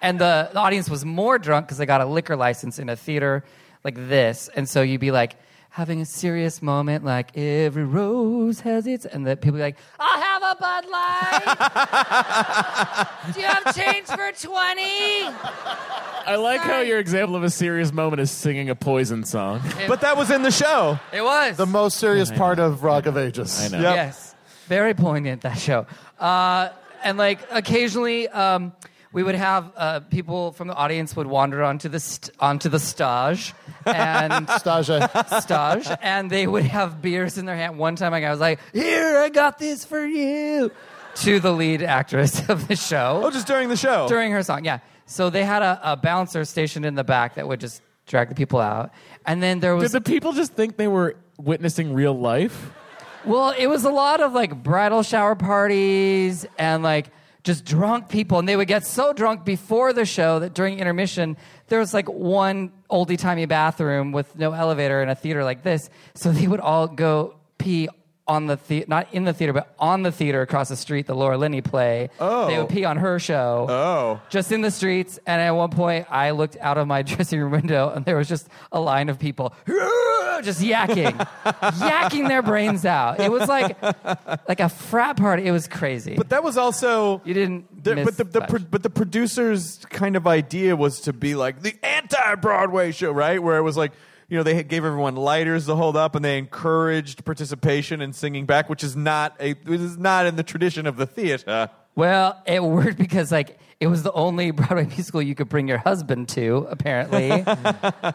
and the, the audience was more drunk because they got a liquor license in a theater like this, and so you'd be like. Having a serious moment, like every rose has its, and the people be like, "I'll have a Bud Light." Do you have change for twenty? I like how your example of a serious moment is singing a poison song. But that was in the show. It was. The most serious part of Rock of Ages. I know. Yep. Yes. Very poignant, that show. Uh, and like occasionally, um, we would have uh, people from the audience would wander onto the st- onto the stage and Stasia. stage, and they would have beers in their hand. One time, I was like, "Here, I got this for you," to the lead actress of the show Oh, just during the show. during her song. Yeah. So they had a, a bouncer stationed in the back that would just drag the people out, and then there Did was the people just think they were witnessing real life? Well, it was a lot of like bridal shower parties and like just drunk people. And they would get so drunk before the show that during intermission, there was like one oldie timey bathroom with no elevator in a theater like this. So they would all go pee on the theater, not in the theater, but on the theater across the street, the Laura Linney play. Oh. They would pee on her show. Oh. Just in the streets. And at one point, I looked out of my dressing room window and there was just a line of people just yakking, yakking their brains out. It was like like a frat party. It was crazy. But that was also You didn't The, miss but the, the much. pro- but the producers' kind of idea was to be like the anti-Broadway show, right? Where it was like you know they had- gave everyone lighters to hold up, and they encouraged participation and singing back, which is not a this is not in the tradition of the theater. well, it worked because like it was the only Broadway musical you could bring your husband to, apparently,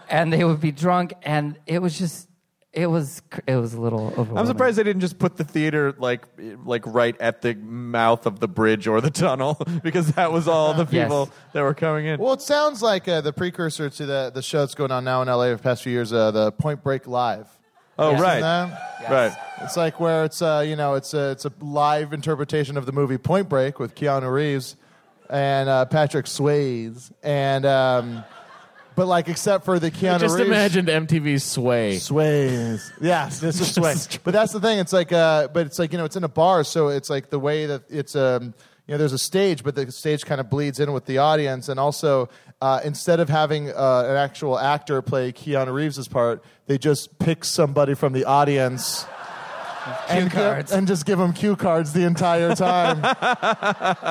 and they would be drunk, and it was just. It was cr- it was a little overwhelming. I'm surprised they didn't just put the theater like like right at the mouth of the bridge or the tunnel because that was all the Yes. people that were coming in. Well, it sounds like uh, the precursor to the, the show that's going on now in LA over the past few years, uh, the Point Break Live. oh right, No? right. It's like where it's uh, you know it's a, it's a live interpretation of the movie Point Break with Keanu Reeves and uh, Patrick Swayze and um, but like except for the Keanu I just Reeves imagined MTV sway. Sways. Yes, this is sway. but that's the thing. It's like, uh, but it's like you know, it's in a bar, so it's like the way that it's um, you know, there's a stage, but the stage kind of bleeds in with the audience, and also uh, instead of having uh, an actual actor play Keanu Reeves's part, they just pick somebody from the audience. and, gi- cards. and just give them cue cards the entire time.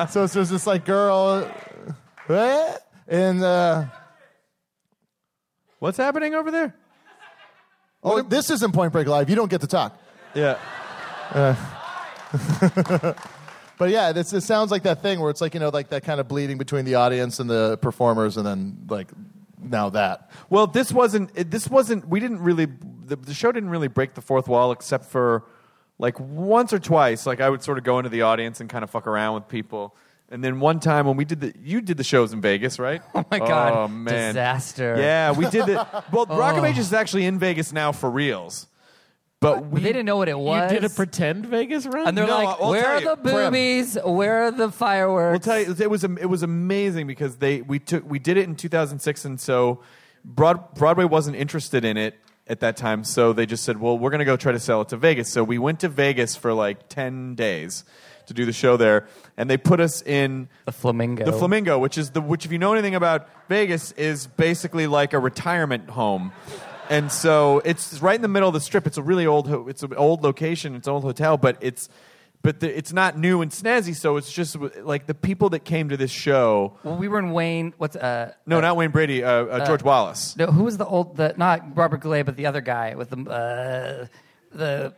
so it's just this like girl, eh? and uh, What's happening over there? oh, this isn't Point Break Live. You don't get to talk. Yeah. But yeah, it's, it sounds like that thing where it's like you know, like that kind of bleeding between the audience and the performers, and then like now that. Well, this wasn't. it- This wasn't. We didn't really. The, the show didn't really break the fourth wall, except for like once or twice. Like I would sort of go into the audience and kind of fuck around with people. And then one time when we did the, you did the shows in Vegas, right? Oh my God. Oh man, Disaster. Oh. Yeah, we did it. Well, Rock of Ages is actually in Vegas now for reals, but But we they didn't know what it You was. did a pretend Vegas run? and they're No, like, I'll "Where tell are you, the Prem. boobies? Where are the fireworks?" We'll tell you, it was it was amazing because they we took we did it in 2006, and so Broad, Broadway wasn't interested in it at that time. So they just said, "Well, we're going to go try to sell it to Vegas." So we went to Vegas for like 10 days to do the show there, and they put us in the flamingo. the Flamingo, which is the which if you know anything about Vegas is basically like a retirement home. And so it's right in the middle of the strip. It's a really old ho- it's an old location, it's an old hotel, but it's but the, it's not new and snazzy, so it's just w- like the people that came to this show. Well, we were in Wayne. What's uh? No, not Wayne Brady, uh, uh, George Wallace. No, who was the old the not Robert Goulet, but the other guy with the uh, the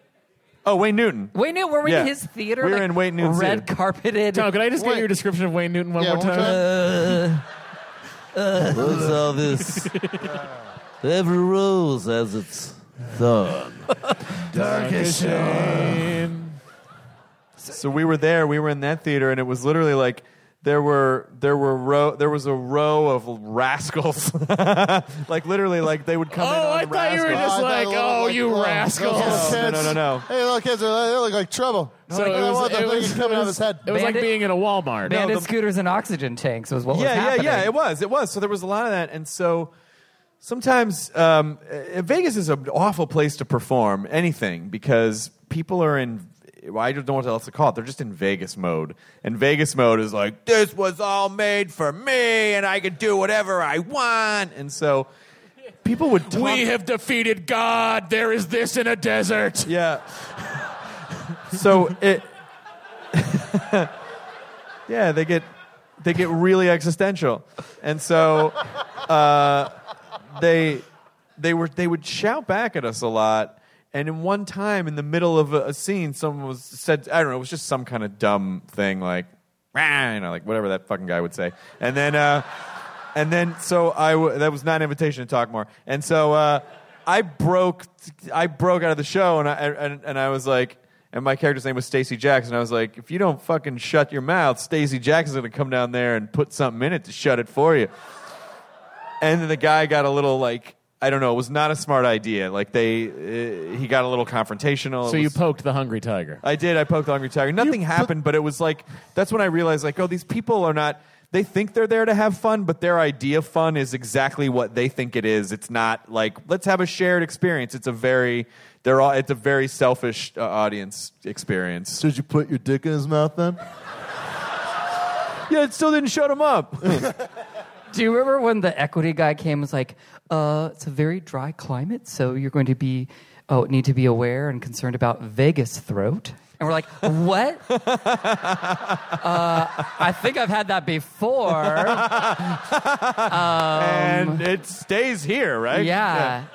Oh, Wayne Newton. Wayne Newton. Were we Yeah. in his theater? We were like, in Wayne Newton's red theater. carpeted. Tom, can Oh, I just get Wait. your description of Wayne Newton one Yeah, more one more time? time. What's all this? Every rose has its thorn. So we were there, we were in that theater, and it was literally like there were there were row there was a row of rascals, like literally, like they would come in. Oh, on I thought you were rascals. just Oh, like, I thought it oh, looked you like- rascals. Those No, kids. no, no, no. Hey, little kids, are- they look like trouble. So Like, I it don't was- want the it thing was- coming out of his head. It was like Bandit- being in a Walmart. Bandit the- scooters and oxygen tanks was what was yeah, happening. yeah, yeah. It was, it was. So there was a lot of that, and so sometimes um, uh, Vegas is an awful place to perform anything because people are in. well, I don't know what else to call it. They're just in Vegas mode, and Vegas mode is like this was all made for me, and I can do whatever I want, and so. People would talk. we have defeated God. There is this in a desert. Yeah. so it. yeah, they get they get really existential, and so uh, they they were they would shout back at us a lot. And in one time, in the middle of a, a scene, someone was said, I don't know, it was just some kind of dumb thing like, "Rah," you know, like whatever that fucking guy would say. And then, uh, and then, so I w- that was not an invitation to talk more. And so uh, I broke, I broke out of the show, and I and, and I was like, and my character's name was Stacy Jackson. I was like, if you don't fucking shut your mouth, Stacy Jackson's gonna come down there and put something in it to shut it for you. And then the guy got a little like, I don't know, it was not a smart idea. Like they, uh, he got a little confrontational. It So you was- poked the hungry tiger. I did. I poked the hungry tiger. Nothing happened, but it was like that's when I realized like, oh, these people are not. They think they're there to have fun, but their idea of fun is exactly what they think it is. It's not like let's have a shared experience. It's a very they're all it's a very selfish uh, audience experience. Did you put your dick in his mouth then? Yeah, it still didn't shut them up. Do you remember when the equity guy came and was like, uh, it's a very dry climate, so you're going to be, oh, need to be aware and concerned about Vegas throat? And we're like, what? uh, I think I've had that before. Um, and it stays here, right? Yeah.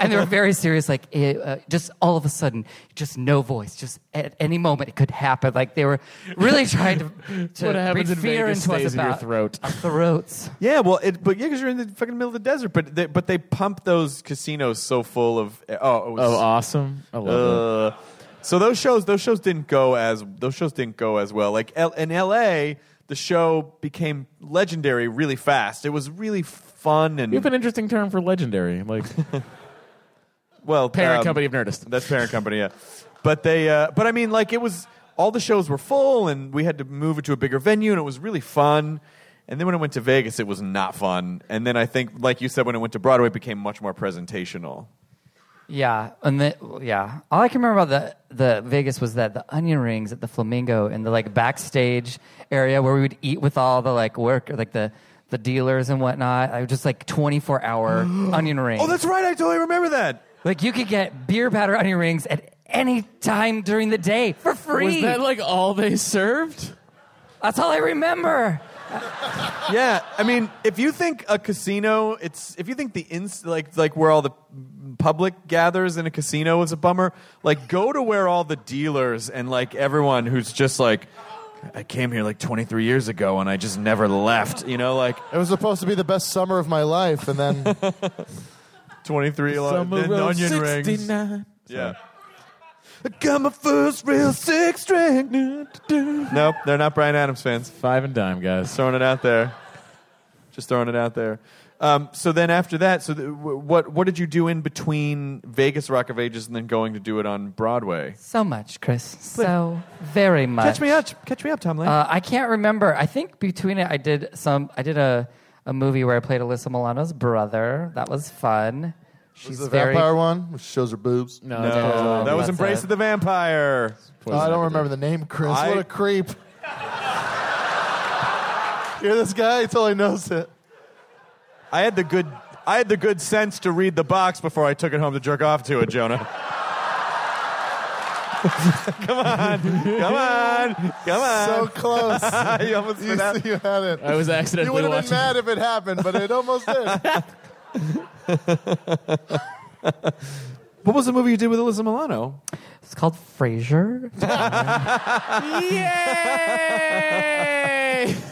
And they were very serious, like it, uh, just all of a sudden, just no voice, just at any moment it could happen. Like they were really trying to, to What happens breathe in fear Vegas into stays us in your about throat. our throats. Yeah, well, it, but yeah, because you're in the fucking middle of the desert. But they, but they pump those casinos so full of oh, it was Oh, awesome. I love Uh, so those shows those shows didn't go as those shows didn't go as well. Like L- in L.A., the show became legendary really fast. It was really fun and it. You have an interesting term for legendary, like well parent um, company of Nerdist. That's parent company, yeah. But they, uh, but I mean, like it was all the shows were full, and we had to move it to a bigger venue, and it was really fun. And then when I went to Vegas, it was not fun. And then I think, like you said, when it went to Broadway, it became much more presentational. Yeah, and the, yeah, all I can remember about the the Vegas was that the onion rings at the Flamingo in the like backstage area where we would eat with all the like work like the the dealers and whatnot. I was just like twenty four hour onion rings. Oh, that's right! I totally remember that. like you could get beer batter onion rings at any time during the day for free. Was that like all they served? that's all I remember. Yeah, I mean, if you think a casino, it's if you think the ins like like where all the public gathers in a casino is a bummer. Like, go to where all the dealers and like everyone who's just like, I came here like 23 years ago and I just never left. You know, like It was supposed to be the best summer of my life, and then 23 lo- Summer then of onion rings. 69. Yeah. I got my first real six string. Nope, they're not Brian Adams fans. Five and dime, guys. Just throwing it out there. Just throwing it out there. Um, so then after that, so th- w- what what did you do in between Vegas Rock of Ages and then going to do it on Broadway? So much, Chris. So very much. Catch me up, catch me up, Tom Lane. Uh, I can't remember. I think between it, I did some. I did a, a movie where I played Alyssa Milano's brother. That was fun. She's was the very. vampire one, which shows her boobs. Oh, No, no, that's- that was that's Embrace a- of the Vampire. I don't remember the name, Chris. I- What a creep. You're this guy? He totally knows it. I had the good I had the good sense to read the box before I took it home to jerk off to it, Jonah. come on, come on, come So on. close. you almost you, went out. you had it. I was you accidentally would have been watching. mad if it happened, but it almost Um, did. What was the movie you did with Alyssa Milano? It's called Frasier. Yay!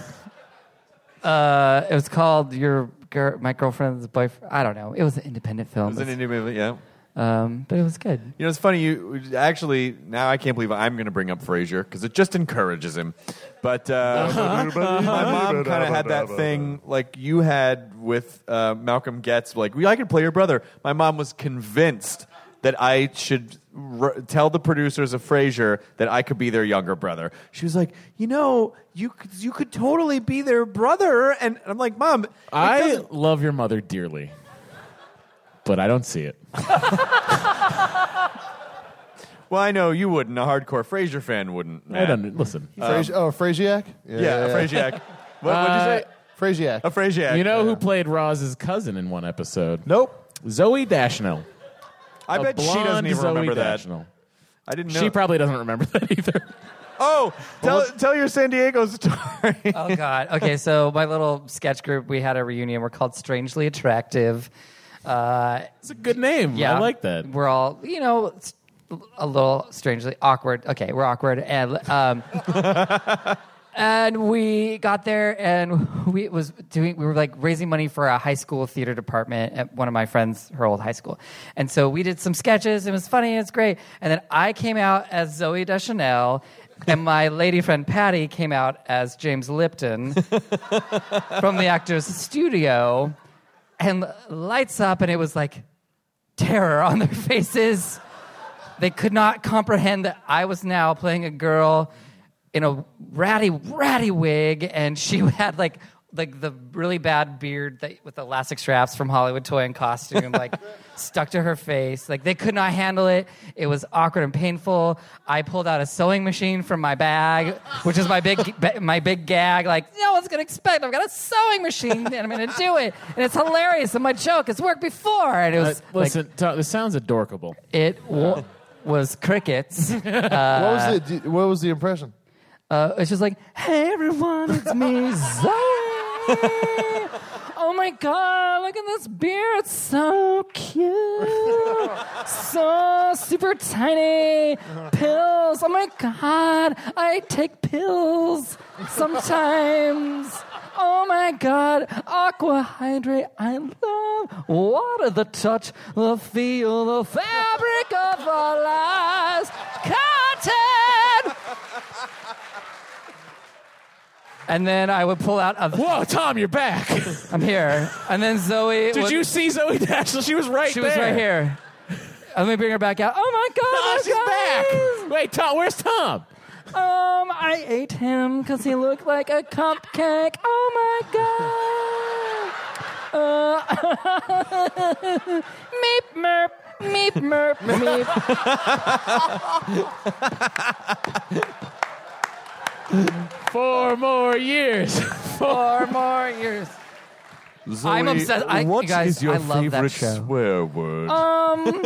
Uh, it was called Your Gir- My Girlfriend's Boyfriend. I don't know. It was an independent film. It was an indie movie, yeah. Um, but it was good. You know, it's funny. You actually now I can't believe I'm going to bring up Frasier because it just encourages him. But uh, my mom kind of had that thing like you had with uh, Malcolm Getz. Like, "We- I could play your brother. My mom was convinced that I should r- tell the producers of Frasier that I could be their younger brother. She was like, "You know, you could, you could totally be their brother." And I'm like, "Mom, it I doesn't- love your mother dearly, but I don't see it. well, I know you wouldn't. A hardcore Frasier fan wouldn't. I Matt. don't listen. Uh, Frasi- oh, Frasiac? Yeah, a Frasiac. What would you say? Frasiac. A Frasiac. You know who played Roz's cousin in one episode? nope. Zoe Dashnell. I A bet she blonde doesn't even Zoe remember that. Dashnell. I didn't know. She probably doesn't remember that either. oh, tell tell your San Diego story. Oh God. Okay, so my little sketch group, we had a reunion. We're called Strangely Attractive. Uh, It's a good name. yeah, Mm, I like that. We're all, you know, s- a little strangely awkward. Okay, we're awkward, and um, and we got there, and we was doing. We were like raising money for a high school theater department at one of my friends, her old high school, and so we did some sketches. It was funny. It's great. And then I came out as Zoe Deschanel. And my lady friend Patty came out as James Lipton from the actor's studio and lights up, and it was like terror on their faces. They could not comprehend that I was now playing a girl in a ratty, ratty wig, and she had like like the really bad beard that, with the elastic straps from Hollywood Toy and Costume, like stuck to her face. Like they could not handle it. It was awkward and painful. I pulled out a sewing machine from my bag, which is my big my big gag. Like no one's gonna expect I've got a sewing machine and I'm gonna do it, and it's hilarious. And my joke has worked before, and it Uh, was like, listen, Tom, this sounds adorable. it wa- was crickets. what, Uh, was the, d- what was the impression? Uh, it's just like, hey everyone, it's me, Zoe. Oh my god, look at this beer. It's so cute. So super tiny. Pills. Oh my god, I take pills sometimes. Oh my god, aqua hydrate. I love water, the touch, the feel, the fabric of our lives. Cotton. And then I would pull out a. Whoa, Tom, you're back. I'm here. And then Zoe. Did would- you see Zoe Dashnell? She was right She there. was right here. Uh, Let me bring her back out. Oh my god! Oh, she's guys! back. Wait, Tom, where's Tom? Um, I ate him because he looked like a cupcake. Oh my god! Uh, meep merp, meep merp, meep. Four more years. Four more years. I'm obsessed. I- you what guys, is your I love that favorite show. swear word? Um,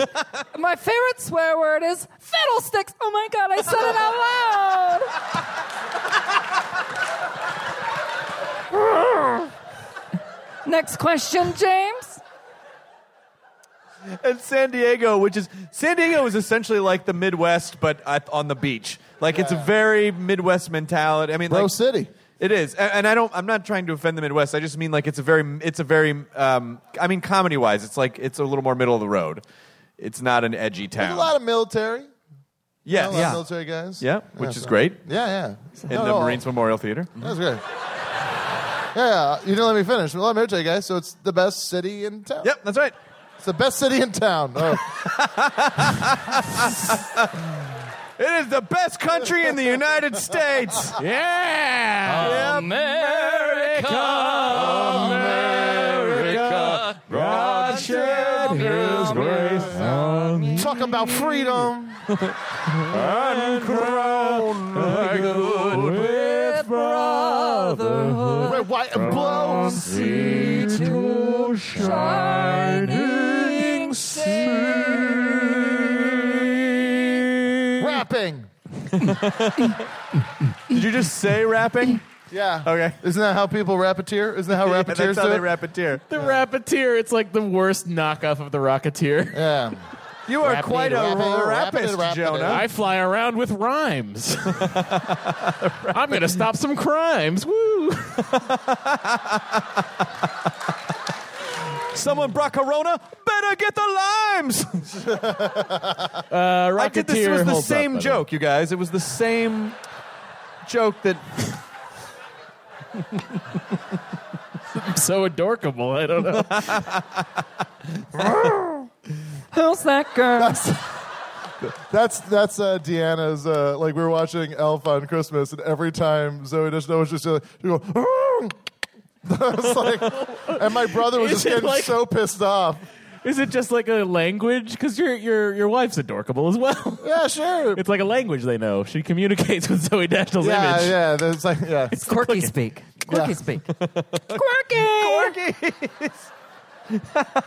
my favorite swear word is fiddlesticks. Oh my god! I said it out loud. Next question, James. and San Diego, which is San Diego, is essentially like the Midwest, but at, on the beach. Like it's a very Midwest mentality. I mean, Bro like, City. It is, A- and I don't. I'm not trying to offend the Midwest. I just mean like it's a very. It's a very. Um, I mean, comedy wise, it's like it's a little more middle of the road. It's not an edgy There's town. a lot of military. A yeah, lot of yeah, military guys. yeah, which is great Yeah, yeah. in the Marines Memorial Theater. That's great. Yeah, you didn't let me finish. A lot of military guys, so it's the best city in town. Yep, that's right. It's the best city in town. Oh, It is the best country in the United States. Yeah. America, America, God shed His grace on talk about freedom. and crown thy good with brotherhood. Red, white, and blue. See to shining sea. Rapping. Did you just say rapping? Oh, Yeah. Okay. Isn't that how people rapeteer? Isn't that how Yeah, rapeteers that's how do they it? rappeteer. The Rocketeer, it's like the worst knockoff of the Rocketeer. yeah. You are Rappeteer, quite a rappeteer, rapist, rappeteer, rappeteer. Jonah. I fly around with rhymes. I'm going to stop some crimes. Woo! Someone brought Corona. Better Santa, get the limes. Uh, I did this. It Rocketeer was the holds up, same by the way. joke, you guys. It was the same joke that. so adorkable. I don't know. Who's that girl? That's that's uh, Deanna's. Uh, like we were watching Elf on Christmas, and every time Zoe does know, she's just uh, she go. I was like, and my brother was Is just it getting like- so pissed off. Is it just like a language? Because your your your wife's adorkable as well. Yeah, sure. It's like a language they know. She communicates with Zoe Dashnell's yeah, image. yeah. That's like yeah. It's quirky speak. Quirky speak. Quirky.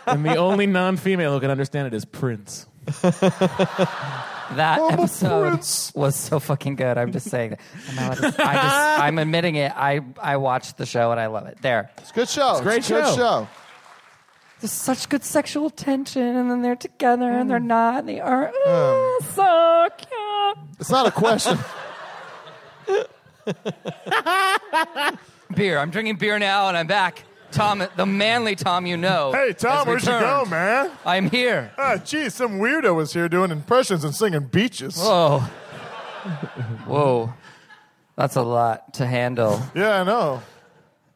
and the only non-female who can understand it is Prince. Oh, That I'm a episode prince. was so fucking good. I'm just saying that. I'm, not allowed to- I just, I'm admitting it. I, I watched the show and I love it. There. It's a good show. It's a great a good show. show. There's such good sexual tension, and then they're together, and they're not, and they are ah, Oh, so cute. It's not a question. Beer. I'm drinking beer now, and I'm back. Tom, the manly Tom you know. Hey has Tom, where'd you go, returned. man? I'm here. Ah, geez, some weirdo was here doing impressions and singing beaches. Whoa. Whoa. That's a lot to handle. Yeah, I know.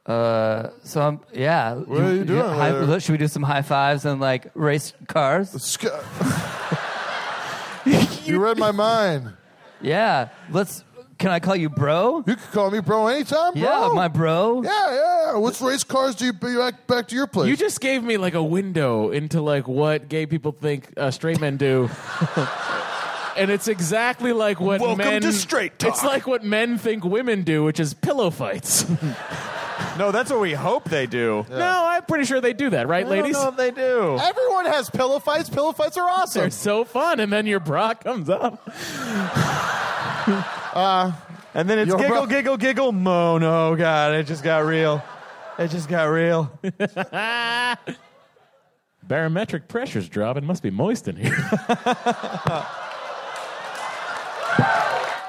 Uh, so I'm, yeah. What are you doing over high- there? should we do some high fives and like race cars? you read my mind. Yeah. Let's. Can I call you bro? You can call me bro anytime, bro. Yeah, my bro. Yeah, yeah. Which race cars do you be back, back to your place? You just gave me like a window into like what gay people think uh, straight men do. And it's exactly like what Welcome men. to straight talk. It's like what men think women do, which is pillow fights. No, that's what we hope they do. No, I'm pretty sure they do that, right, ladies? I don't know if they do. Everyone has pillow fights. Pillow fights are awesome. They're so fun, and then your bra comes up. And then it's Your giggle, bro- giggle, giggle, moan. Oh God, it just got real. It just got real. Barometric pressure's dropping. Must be moist in here.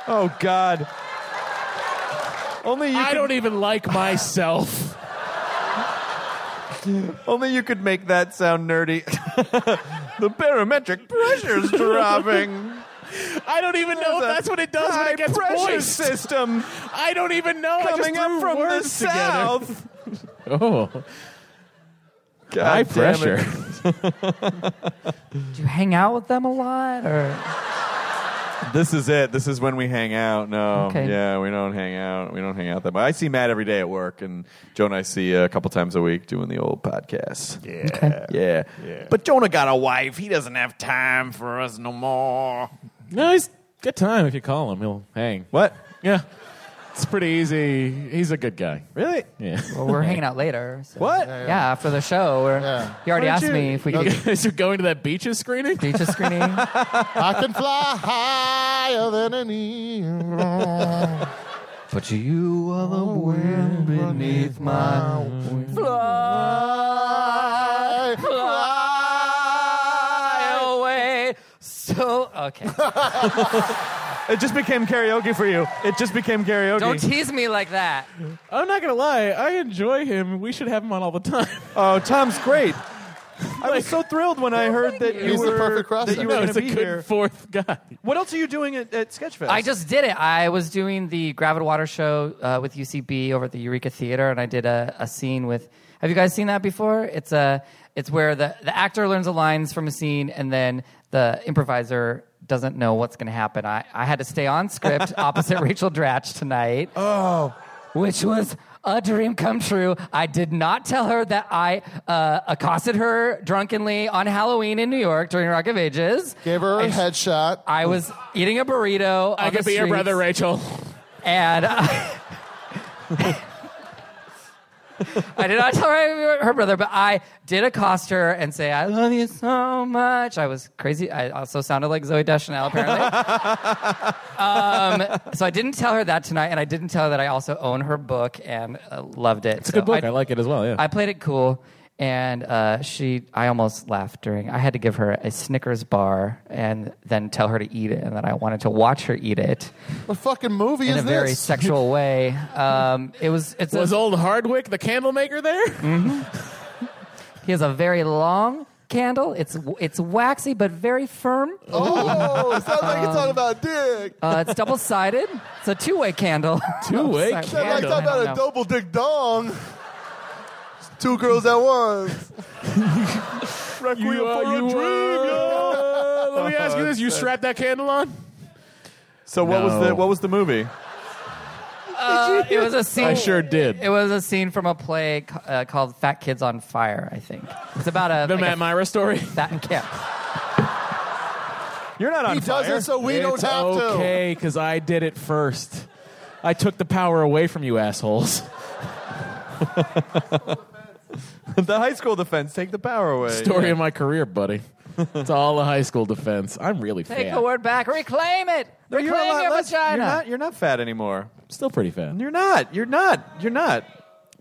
Oh God. Only you I could, don't e- even like myself. only you could make that sound nerdy. the barometric pressure's dropping. I don't even know if that's what it does when High it gets pressure moist. system I don't even know. I just coming threw up from the words together. south. Oh, God high damn it. pressure. Do you hang out with them a lot? Or This is it. This is when we hang out. No, Okay. yeah, we don't hang out. We don't hang out that much. I see Matt every day at work, and Jonah I see a couple times a week doing the old podcast. Yeah, yeah. But Jonah got a wife. He doesn't have time for us no more. No, he's good time if you call him. He'll hang. What? Yeah, it's pretty easy. He's a good guy. Really? Yeah. well, we're hanging out later. so- What? Yeah, after the show. We're, Yeah. You already Why asked don't you- me if we You could guys are going to that beaches screening? do just screening. I can fly higher than an eagle. Oh, But you are the wind beneath my fly, fly away. So okay, It just became karaoke for you. It just became karaoke. don't tease me like that. I'm not gonna lie. I enjoy him. We should have him on all the time. oh, Tom's great. I was so thrilled when I heard that you He's the were perfect that you cross-section. were no, going it's a to be good here. fourth guy. What else are you doing at, at Sketchfest? I just did it. I was doing the Gravity Water show uh, with UCB over at the Eureka Theater, and I did a, a scene with. Have you guys seen that before? It's a it's where the the actor learns the lines from a scene, and then the improviser doesn't know what's going to happen. I I had to stay on script opposite Rachel Dratch tonight. Oh, which was. A dream come true. I did not tell her that I uh, accosted her drunkenly on Halloween in New York during Rock of Ages. Gave her a And she- headshot. I was eating a burrito. I on could the be your streets brother, Rachel. and I, I did not tell her, her brother, but I did accost her and say, "I love you so much." I was crazy. I also sounded like Zoe Deschanel, apparently. um, so I didn't tell her that tonight, and I didn't tell her that I also own her book and uh, loved it. It's a good book. I, like it as well. Yeah. I played it cool, and uh, she. I almost laughed during. I had to give her a Snickers bar and then tell her to eat it, and then I wanted to watch her eat it What fucking movie in is a very this? sexual way. Um, it was. It's was a, old Hardwick the candle maker there? he has a very long, candle. It's it's waxy but very firm. Oh, sounds like Um, it's all about dick. Uh, it's double sided. It's a two way candle. Two-way Sounds Sounds like it's all I don't about a know. double dick dong. It's Two girls at once. Requiem You, uh, for a you, dream. uh, let me ask you this: You strapped that candle on? So what was the No. what was the movie? Uh, it was a scene. I sure did. It was a scene from a play ca- uh, called Fat Kids on Fire. I think it's about a The like Matt a Myra story. fat in camp. You're not on He fire. does it so we don't it's have to. okay, because I did it first. I took the power away from you assholes. the high school defense take the power away. Story of my career, buddy. It's all a high school defense. I'm really Take fat. the word back. Reclaim it. No, you're a Reclaim lot your less- vagina. You're not, you're not fat anymore. Still pretty fat. You're not. You're not. You're not.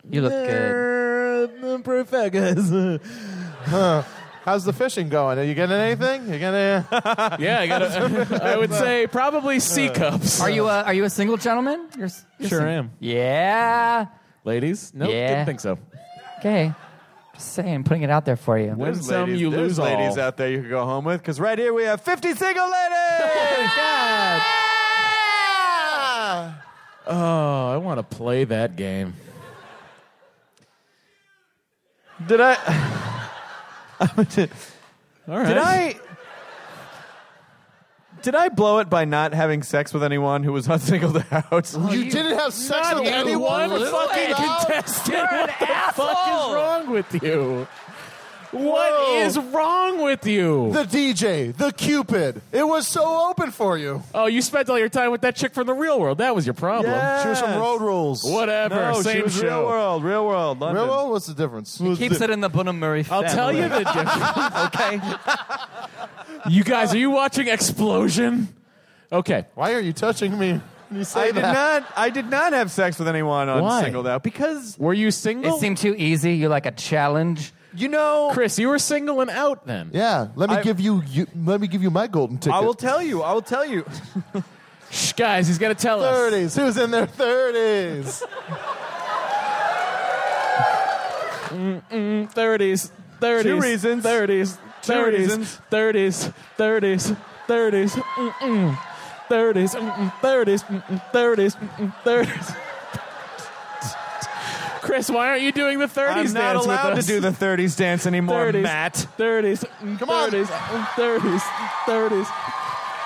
You look good. Pretty fat, guys. How's the fishing going? Are you getting anything? You getting? Uh, yeah, I got. to I would say probably C cups. Are you a Are you a single gentleman? You're, s- you're Sure sing- am. Yeah. Ladies? Nope, Yeah. didn't think so. Okay. Just saying, putting it out there for you. Win There's some, ladies, you there's lose ladies all. out there you can go home with because right here we have 50 single ladies. Oh, I want to play that game. did I? did, All right. did I? Did I blow it by not having sex with anyone who was not singled out? Oh, you, didn't have sex Not with even anyone? one for fucking $50? contestant. what the fuck asshole. is wrong with you? What is wrong with you? The DJ, the Cupid. It was so open for you. oh, you spent all your time with that chick from the real world. That was your problem. Yeah. She was from Yes. Road Rules. Whatever. No, Same she was show. real world, real world, London. Real World? What's the difference? Keeps it in the Bonham Murray I'll tell you the difference. Okay. you guys, are you watching Explosion? Okay. Why are you touching me? when You say I that. did not. I did not have sex with anyone on Why? singled out because Were you It single? seemed too easy. You like a challenge. you know. Chris, you were single and out then. Yeah, let me I- give you, you. Let me give you my golden ticket. I will tell you. I will tell you. Shh, guys, he's going to tell us. Thirties. Who's in their thirties? 30s, 30s, Two reasons. 30s, 30s, reasons. 30s, 30s, 30s, mm-mm, 30s, mm-mm, 30s, mm-mm, 30s, mm-mm, 30s. Chris, why aren't you doing the 30s I'm not dance allowed with to us? do the 30s dance anymore, 30s, Matt. 30s, mm, Come on. 30s, mm, 30s, 30s,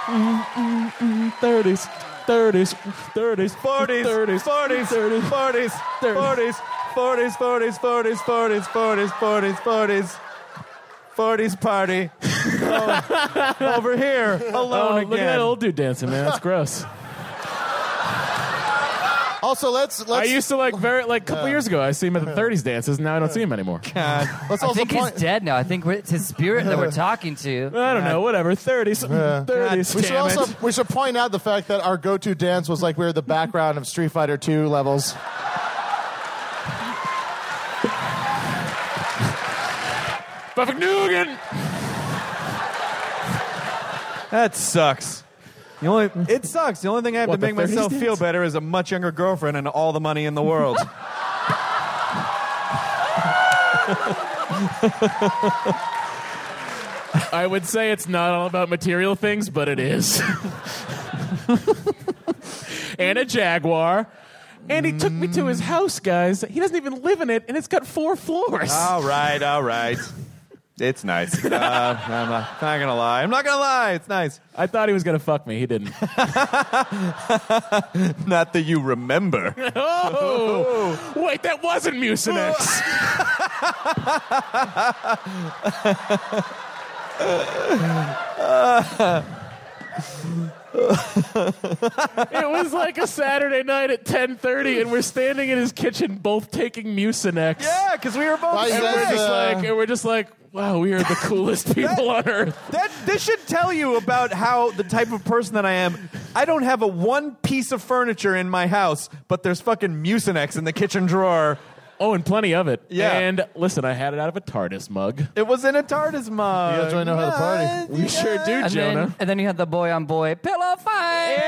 mm, mm, mm, 30s, 30s, 30s, 40s, 30s, 40s, 30s, 40s, 40s, 40s, 40s, 40s, 40s, 40s, 40s, 40s, 40s party. Oh, Over here, Oh, alone look at that again. old dude dancing, man. That's gross. Also, let's I let's used to like very like a couple years ago. I see him at the 30s dances, and now I don't see him anymore. let's I also think he's point. dead now. I think we're- it's his spirit that we're talking to. I don't know, whatever. 30s, 30s. We should Damn also we should point out the fact that our go-to dance was like we were the background of Street Fighter Two levels. Perfect Nugan. That sucks. The only it sucks. The only thing I have What, to the make 30s myself feel dance? better is a much younger girlfriend and all the money in the world. I would say it's not all about material things, but it is. and a Jaguar. And he took me to Mm. his house, guys. He doesn't even live in it, and it's got four floors. Ah. all right, all right. It's nice. Uh, I'm not, not gonna lie. I'm not gonna lie. It's nice. I thought he was going to fuck me. He didn't. Not that you remember. Oh! Wait, that wasn't Mucinex. it was like a Saturday night at 10:30 and we're standing in his kitchen both taking Mucinex. Yeah, because we were both. Why is sick. And we're That's, just uh, like and we're just like wow, we are the coolest people on earth. That this should tell you about how the type of person that I am. I don't have a one piece of furniture in my house, but there's fucking Mucinex in the kitchen drawer. Oh, and plenty of it. Yeah. And listen, I had it out of a TARDIS mug. Uh, It was in a TARDIS mug. You guys really know how to party. Yes, We you sure do, And Jonah. then, and then you had the boy on boy pillow fight.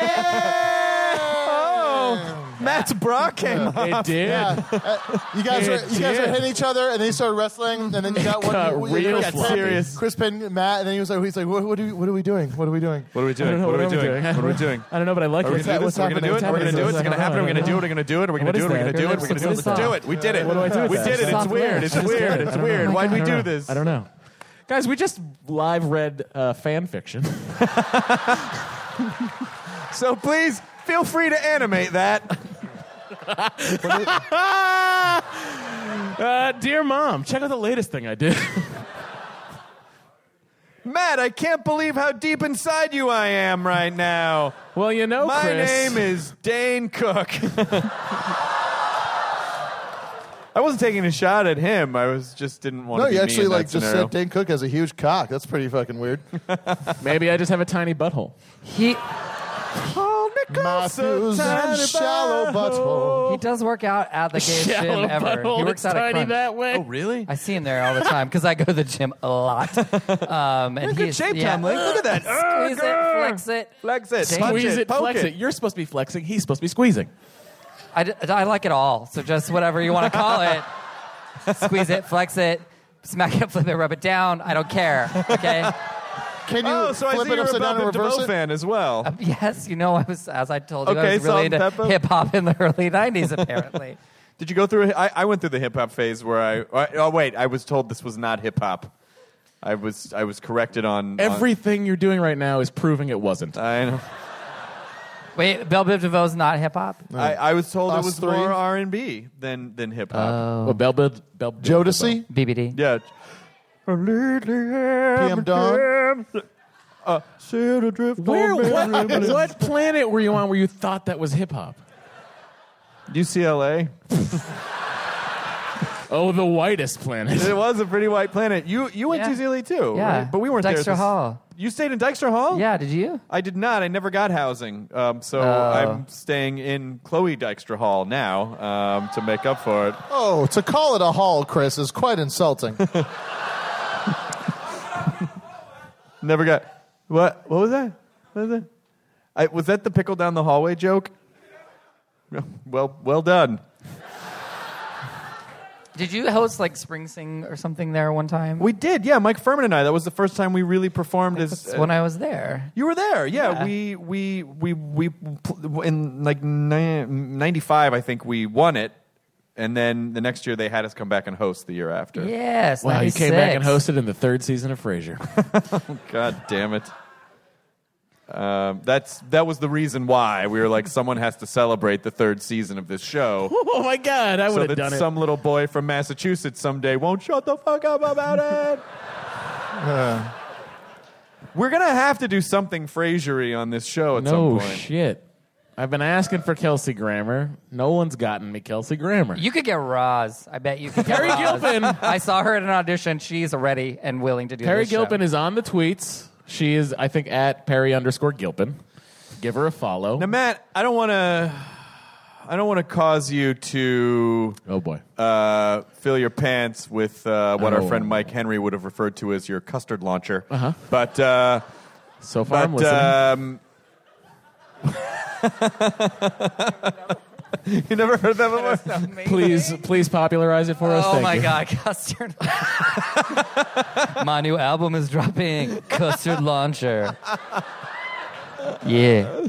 Oh. Matt's bra came Yeah. off. It did. Yeah. Uh, You guys It were you guys were did. hitting each other, and they started wrestling, and then you got one. got you- you- real Chris Penn- serious. Chris Penn, Matt, and then he was like, he's like, what, what, are we, what are we doing? What are we doing? What are we I don't doing? know What are we I'm doing? What are we doing? I don't know, but I like Are we it. gonna do this? What's Are we gonna do it? Are we gonna do it? It's gonna happen. Are we gonna do it? Are we gonna do it? Are we gonna do it? Are we gonna do it? Are we gonna do it? Let's do it. We did it. What do I do with We that? did it. It's Soft weird. launch. It's I just did weird. it. It's I don't know. weird. Oh my Why'd God. we I do don't know. this? I don't know. Guys, we just live read uh, fan fiction. So please feel free to animate that. uh, dear mom, check out the latest thing I did. Matt, I can't believe how deep inside you I am right now. Well, you know, my Oh, Chris. name is Dane Cook. I wasn't taking a shot at him. I was just didn't want No, to. be you mean actually in that like just scenario. said Dane Cook has a huge cock. That's pretty fucking weird. Maybe I just have a tiny butthole. He Matthews and tiny shallow butthole. he does work out at the gayest Shallow gym ever. butthole He works that's out at tiny Crunch. that way. Oh, really? I see him there all the time because I go to the gym a lot. Um, and Good he's shape, yeah. Tom Link. Look at that. Squeeze it, Urgh. flex it. Flex it. Squeeze punch Squeeze it. it, poke flex it. Uh, You're supposed to be flexing. He's supposed to be squeezing. I, d- I like it all. So just whatever you want to call it, squeeze it, flex it, smack it, flip it, rub it down. I don't care. Okay. Can you Oh, so I flip see it you're a upside down and Velvet reverse DeVoe it? fan as well. Yes, you know I was as I told you Okay, I was really salt and into pepper. hip hop in the early '90s. Apparently, Did you go through? a- I, I went through the hip hop phase where I. I- Oh wait, I was told this was not hip hop. I was I was corrected on on- Everything you're doing right now is proving it wasn't. I know. wait, Bell Biv DeVoe's not hip hop. I, I was told Us it was three? more R and B than than hip hop. Oh. Well, Bell, Bell, Bell, Jodeci, BBD. yeah. PM Dawn? Uh, sail adrift on Where? What, Mary Ellen. what planet were you on where you thought that was hip hop? UCLA. Oh, the whitest planet. It was a pretty white planet. You you went Yeah. to UCLA E too, Yeah. right? But we weren't Dexter there. at the s- Hall. You stayed in Dexter Hall. Yeah, did you? I did not. I never got housing, um, so Oh. I'm staying in Chloe Dykstra Hall now um, to make up for it. Oh, to call it a haul, Chris, is quite insulting. Never got what? What was that? What was that? I, was that the pickle down the hallway joke? Well, well done. Did you host like Spring Sing or something there one time? We did, yeah. Mike Furman and I. That was the first time we really performed as. uh, That's when I was there. you were there, Yeah. yeah. We we we we pl- in like ninety five, I think we won it, and then the next year they had us come back and host the year after. Yes. Wow, you came back and 96. hosted in the third season of Frasier. God damn it. Um, that's that was the reason why we were like someone has to celebrate the third season of this show. oh my God, I so would have that done some little boy from Massachusetts someday won't shut the fuck up about it. Uh. We're gonna have to do something Frasiery on this show it. at No some point. shit. I've been asking for Kelsey Grammer. No one's gotten me Kelsey Grammer. You could get Roz. I bet you could get Terry Roz. Gilpin. I saw her in an audition. She's ready and willing to do Perry this show. Gilpin is on the tweets. She is, I think, at Perry underscore Gilpin. Give her a follow. now, Matt, I don't want to. I don't want to cause you to oh boy. uh, fill your pants with uh, what our Oh. friend Mike Henry would have referred to as your custard launcher. Uh-huh. But uh, So far, I'm but listening. um, you never heard that before. please, please popularize it for us. Oh Thank my you. God, custard! my new album is dropping, Custard Launcher. Yeah,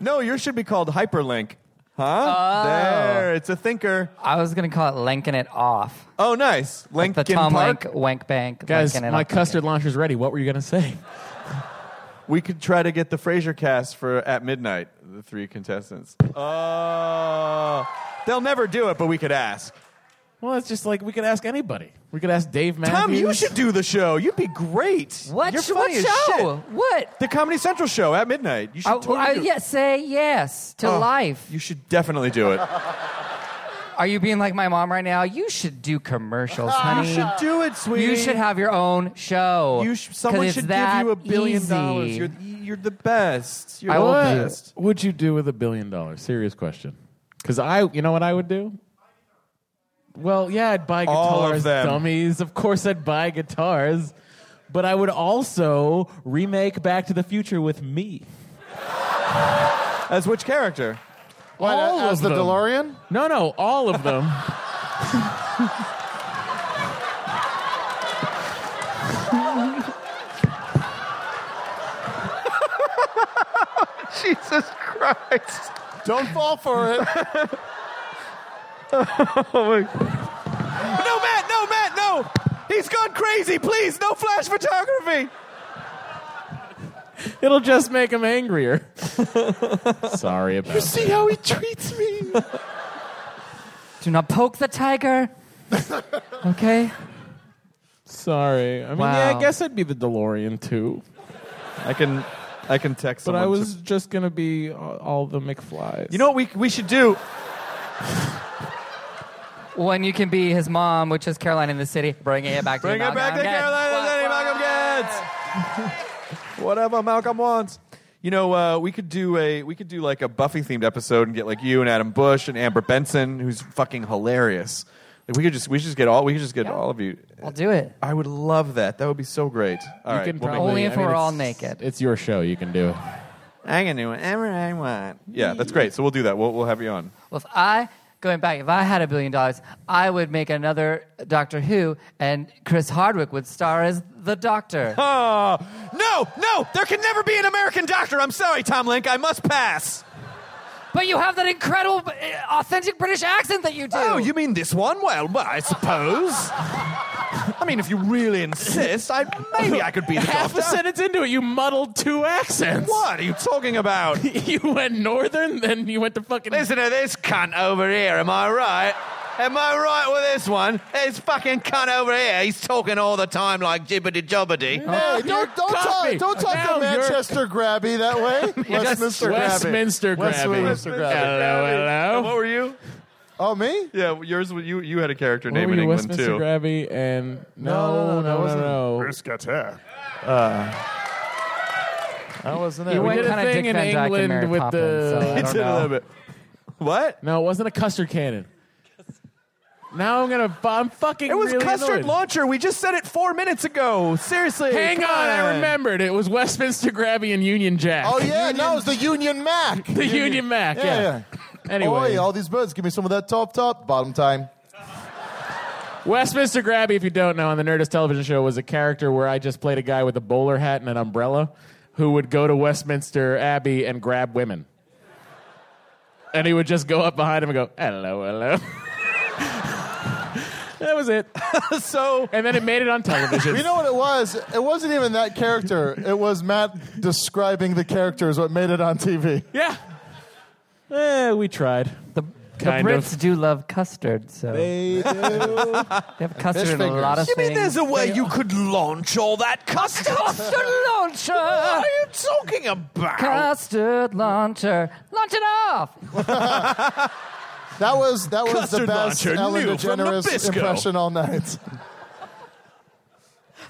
No, yours should be called Hyperlink. Huh? Oh. There, it's a thinker. I was gonna call it Lanking It Off. Oh, nice. Like Linkin the Tom Park. Lank Wank Bank. Guys, Lankin' It my Off. custard launcher's ready. What were you going to say? We could try to get the Fraser cast for at midnight. The three contestants. Oh, they'll never do it, but we could ask. Well, it's just like we could ask anybody. We could ask Dave Matthews. Tom, you should do the show. You'd be great. What? You're sh- funny what as show? shit. What? The Comedy Central show at midnight. You should I, totally I- do it. yeah, say yes to Oh, life. You should definitely do it. Are you being like my mom right now? You should do commercials, honey. you should do it, sweetie. You should have your own show. You sh- 'Cause someone it's should give that you a billion easy. dollars. You're, you're the best. You're I the will do it. best. What would you do with a billion dollars? Serious question. Because I, you know what I would do? Well, yeah, I'd buy All of guitars, them. dummies. Of course, I'd buy guitars. But I would also remake Back to the Future with me. As which character? What, all as of the them. DeLorean? No, no, all of them. Jesus Christ. Don't fall for it. No, Matt, no, Matt, no. He's gone crazy. Please, no flash photography. It'll just make him angrier. Sorry about that. See how he treats me. Do not poke the tiger. okay. Sorry. I mean, yeah, Wow. I guess it'd be the DeLorean too. I can I can text But someone I to- was just gonna be all, all the McFlys. You know what we we should do? When you can be his mom, which is Caroline in the City, bringing it back to Bring you, it back Malcolm. to Yes. Carolina City, Malcolm gets whatever Malcolm wants. You know, uh, we could do a we could do like a Buffy themed episode and get like you and Adam Bush and Amber Benson, who's fucking hilarious. Like we could just we should just get all we could just get all of you. I'll do it. I would love that. That would be so great. All You right, can we'll make- probably- Only if I mean, we're all it's- naked. It's your show. You can do it. I can do whatever I want. Yeah, that's great. So we'll do that. We'll we'll have you on. Well, if I going back, if I had a billion dollars, I would make another Doctor Who, and Chris Hardwick would star as the Doctor. Oh, no, no, there can never be an American doctor. I'm sorry, Tom Link. I must pass. but you have that incredible, uh, authentic British accent that you do. Oh, you mean this one? Well, well I suppose. I mean, if you really insist, I maybe I could be the Half doctor. a sentence into it, you muddled two accents. What are you talking about? you went northern, then you went to fucking. Listen to this cunt over here. Am I right? Am I right with this one? This fucking cunt over here. He's talking all the time like jibbity jobbity. Hey, don't, don't cut talk, me. don't talk Now to you're- Manchester grabby that way. Westminster grabby. Westminster grabby. Westminster grabby. Hello, hello. And what were you? Oh, me? Yeah, yours. You you had a character What name were in you, England Westminster too. Grabby and no, no, no, no, no. Gatter. I wasn't You it. went did a kind of thing Dick in Van Dyke and England Mary with Poppins. the- So I It's don't in a know. little bit. What? No, it wasn't a custard cannon. Now I'm gonna. I'm fucking. It was really custard annoyed. launcher. We just said it four minutes ago. Seriously. Hang on, come I remembered. It was Westminster Grabby and Union Jack. Oh, yeah, no, it's the Union Mac. the Union, Mac. Yeah. Yeah, Anyway, Oi, all these birds, give me some of that top top. Bottom time. Westminster Grabby, if you don't know, on the Nerdist television show was a character where I just played a guy with a bowler hat and an umbrella who would go to Westminster Abbey and grab women. And he would just go up behind him and go, hello, hello. that was it. So And then it made it on television. You know what it was? It wasn't even that character. It was Matt describing the character is what made it on TV. yeah. Eh, we tried. The, the Kind of. Brits do love custard, so they have custard in a fingers. lot of you things. mean there's a way you could launch all that custard? custard What launcher? are you talking about? Custard launcher, launch it off. That was that was the Custard best launcher, Ellen new from DeGeneres Nabisco. impression all night.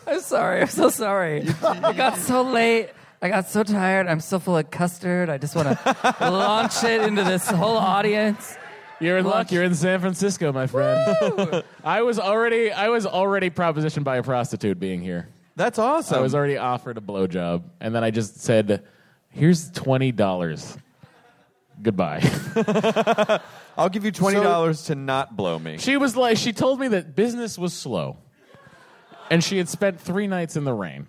I'm sorry. I'm so sorry. I got so late. I got so tired. I'm so full of custard. I just want to launch it into this whole audience. You're in luck. Lunch. You're in San Francisco, my friend. I was already I was already propositioned by a prostitute being here. That's I awesome. was already offered a blowjob, and then I just said, "Here's twenty dollars. Goodbye." I'll give you twenty dollars to not blow me. she was like, she told me that business was slow, and she had spent three nights in the rain.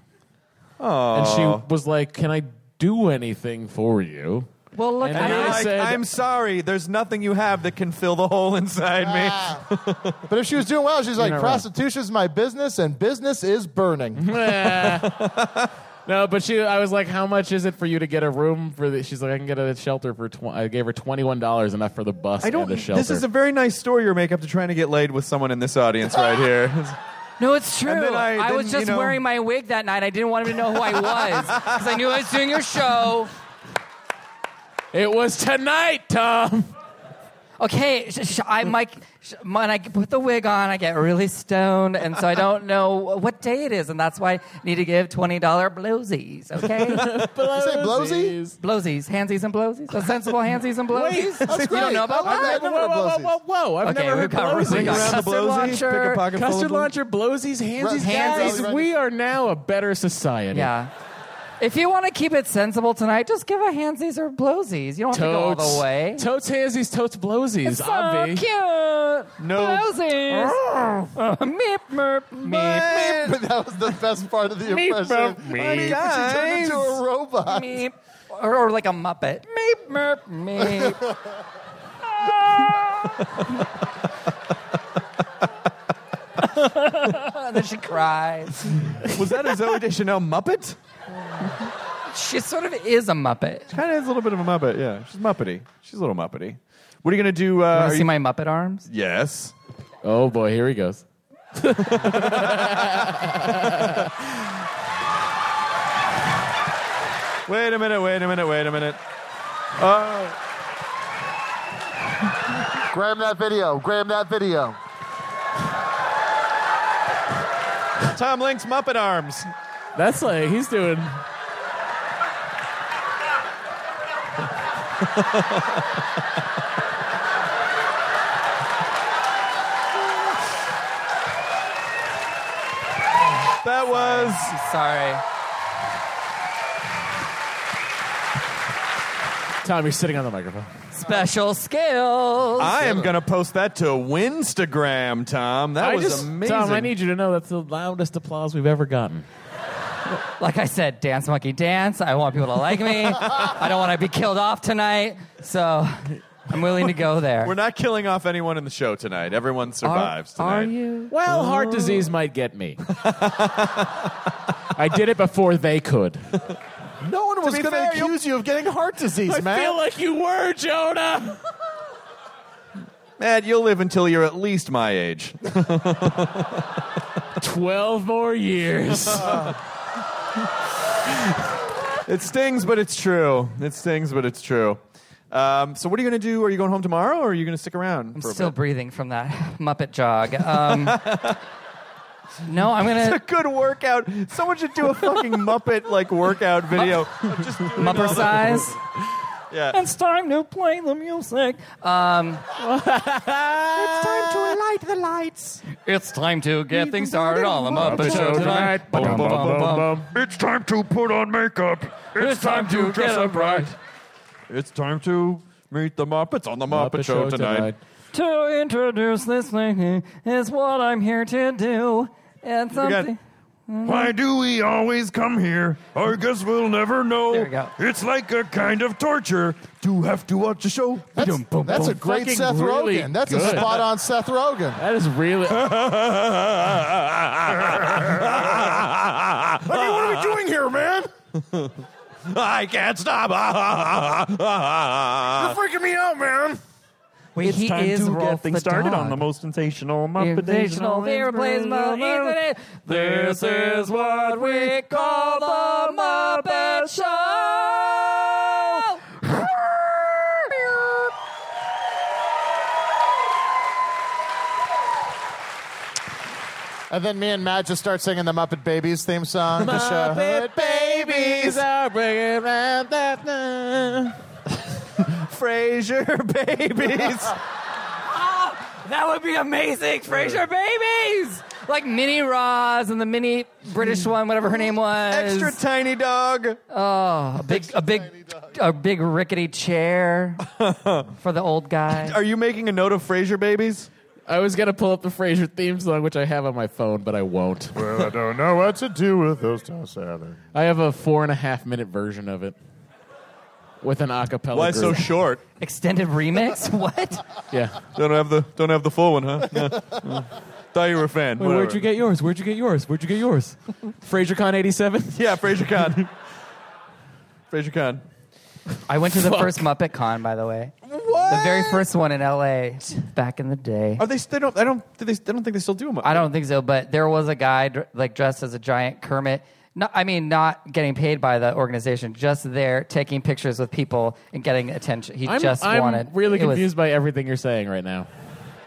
Oh. And she was like, "Can I do anything for you?" Well, look, And I, I- Like, said- I'm sorry. There's nothing you have that can fill the hole inside me. Ah. But if she was doing well, she's like, not wrong. prostitution's my business and business is burning. No, but she. I was like, "How much is it for you to get a room for the?" She's like, "I can get a shelter for." Tw-. I gave her twenty-one dollars, enough for the bus I don't. e, and the shelter. This is a very nice story you're making up to trying to get laid with someone in this audience right here. no, it's true. And then I- I, was then, just you know- wearing my wig that night. I didn't want him to know who I was because I knew I was doing your show. it was tonight, Tom. Okay, sh- sh- I Mike, sh- when I put the wig on, I get really stoned, and so I don't know what day it is, and that's why I need to give twenty dollar blowsies. Okay, You say blowsy? Blowsies. blowsies, handsies, and blowsies, a sensible handsies and blowsies. That's you great. don't know about I- that? I've never heard Whoa, whoa, of whoa, blowsies. whoa, whoa! I've Okay, never we heard got- we blowsies. got Around the Custard blowsy, launcher, pick a pocket full of Custard blue- launcher, blowsies, handsies. Right, Guys, handsies. we are now a better society. Yeah. If you want to keep it sensible tonight, just give a handsies or blowsies. You don't have to go all the way. Totes handsies, totes blowsies. It's so obvi. cute. No. Ah. Blowsies. Uh, meep, merp, meep, But that was the best part of the Meep, impression. meep, I mean, she turned into guys. a robot. meep. Meep. Or, or like a Muppet. Meep, merp, meep. Ah. and then she cries. Was that a Zoe Deschanel Muppet? She sort of is a Muppet. Kind of is a little bit of a Muppet. Yeah, she's Muppety. She's a little Muppety. What are you gonna do? Uh, Wanna are see you- my Muppet arms? yes. Oh boy, here he goes. Wait a minute. Wait a minute. Wait a minute. Grab that video. Grab that video. Tom Link's Muppet arms. That's like he's doing. That was Sorry. Tom, you're sitting on the microphone. Special skills. I am going to post that to Winstagram, Tom. That I was just- amazing. Tom, I need you to know that's the loudest applause we've ever gotten. like I said, dance monkey dance. I want people to like me. I don't want to be killed off tonight. So I'm willing to go there. We're not killing off anyone in the show tonight. Everyone survives Are tonight. you? Well, heart disease might get me. I did it before they could. No one was be going fair, to accuse you of getting heart disease, man. like you were, Jonah. Matt, you'll live until you're at least my age. Twelve more years. it stings, but it's true. It stings, but it's true. Um, so, what are you going to do? Are you going home tomorrow or are you going to stick around? I'm for a still bit? breathing from that Muppet jog. Um, no, I'm gonna Good workout. Someone should do a fucking Muppet like workout video. Just doing all Mupper the- size. Yeah. It's time to play the music. Um, it's time to light the lights. It's time to get things started on the Muppet Show tonight. Bum, bum, bum, bum. It's time to put on makeup. It's time to get up right. It's time to meet the Muppets on the Muppet, Show, tonight. To introduce this lady is what I'm here to do. And got- something. Why do we always come here? I guess we'll never know. There we go. It's like a kind of torture to have to watch a show. That's, that's a great Fucking Seth really Rogen. That's a good. spot on Seth Rogen. That is really. I mean, what are we doing here, man? I can't stop. You're freaking me out, man. Wait, he is Rolf the dog. most sensational Invitational irreplaceable internet. This is what we call the Muppet Show. And then me and Matt just start singing the Muppet Babies theme song. to show- Muppet babies are bringing round that night. Frasier babies. That would be amazing, Frasier Babies! Like Minnie Roz and the mini British one, whatever her name was. Extra tiny dog. a big, a big, a big rickety chair for the old guy. Are you making a note of Frasier babies? I was gonna pull up the Frasier theme song, which I have on my phone, but I won't. well, I don't know what to do with those tossed salad. I have a four and a half minute version of it with an acapella. Why so group. short? Extended remix? What? yeah. Don't have the don't have the full one, huh? Yeah. Mm. Thought you were a fan. Whatever. get yours? Where'd you get yours? Where'd you get yours? FraserCon '87. Yeah, Fraser Khan. Fraser Khan. I went to the first Muppet Con, by the way. What? The very first one in LA back in the day. Are they? They don't. I don't. do They, I don't think they still do them. I don't think so, but there was a guy dr- like dressed as a giant Kermit. No, I mean, not getting paid by the organization, just there taking pictures with people and getting attention. He I'm, just I'm wanted. really it was- confused by everything you're saying right now.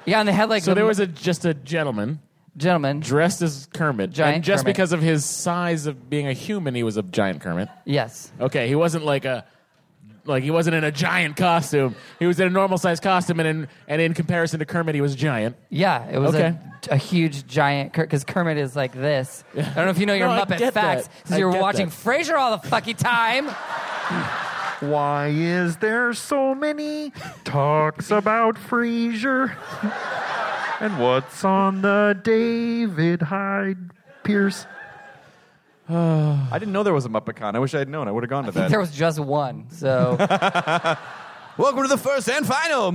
yeah, and they had like So the there was a just a gentleman gentleman. dressed as Kermit, Giant and just Kermit. because of his size of being a human, he was a giant Kermit. yes, Okay, he wasn't like a Like he wasn't in a giant costume. He was in a normal sized costume, and in, and in comparison to Kermit, he was giant. Yeah, it was okay. a, a huge giant because Kermit is like this. I don't know if you know your No, I Muppet get facts that. because I you're get watching that. Frasier all the fucking time. Why is there so many talks about Frasier? and what's on the David Hyde Pierce? I didn't know there was a MuppetCon. I wish I had known. I would have gone to that. there was just one, so Welcome to the first and final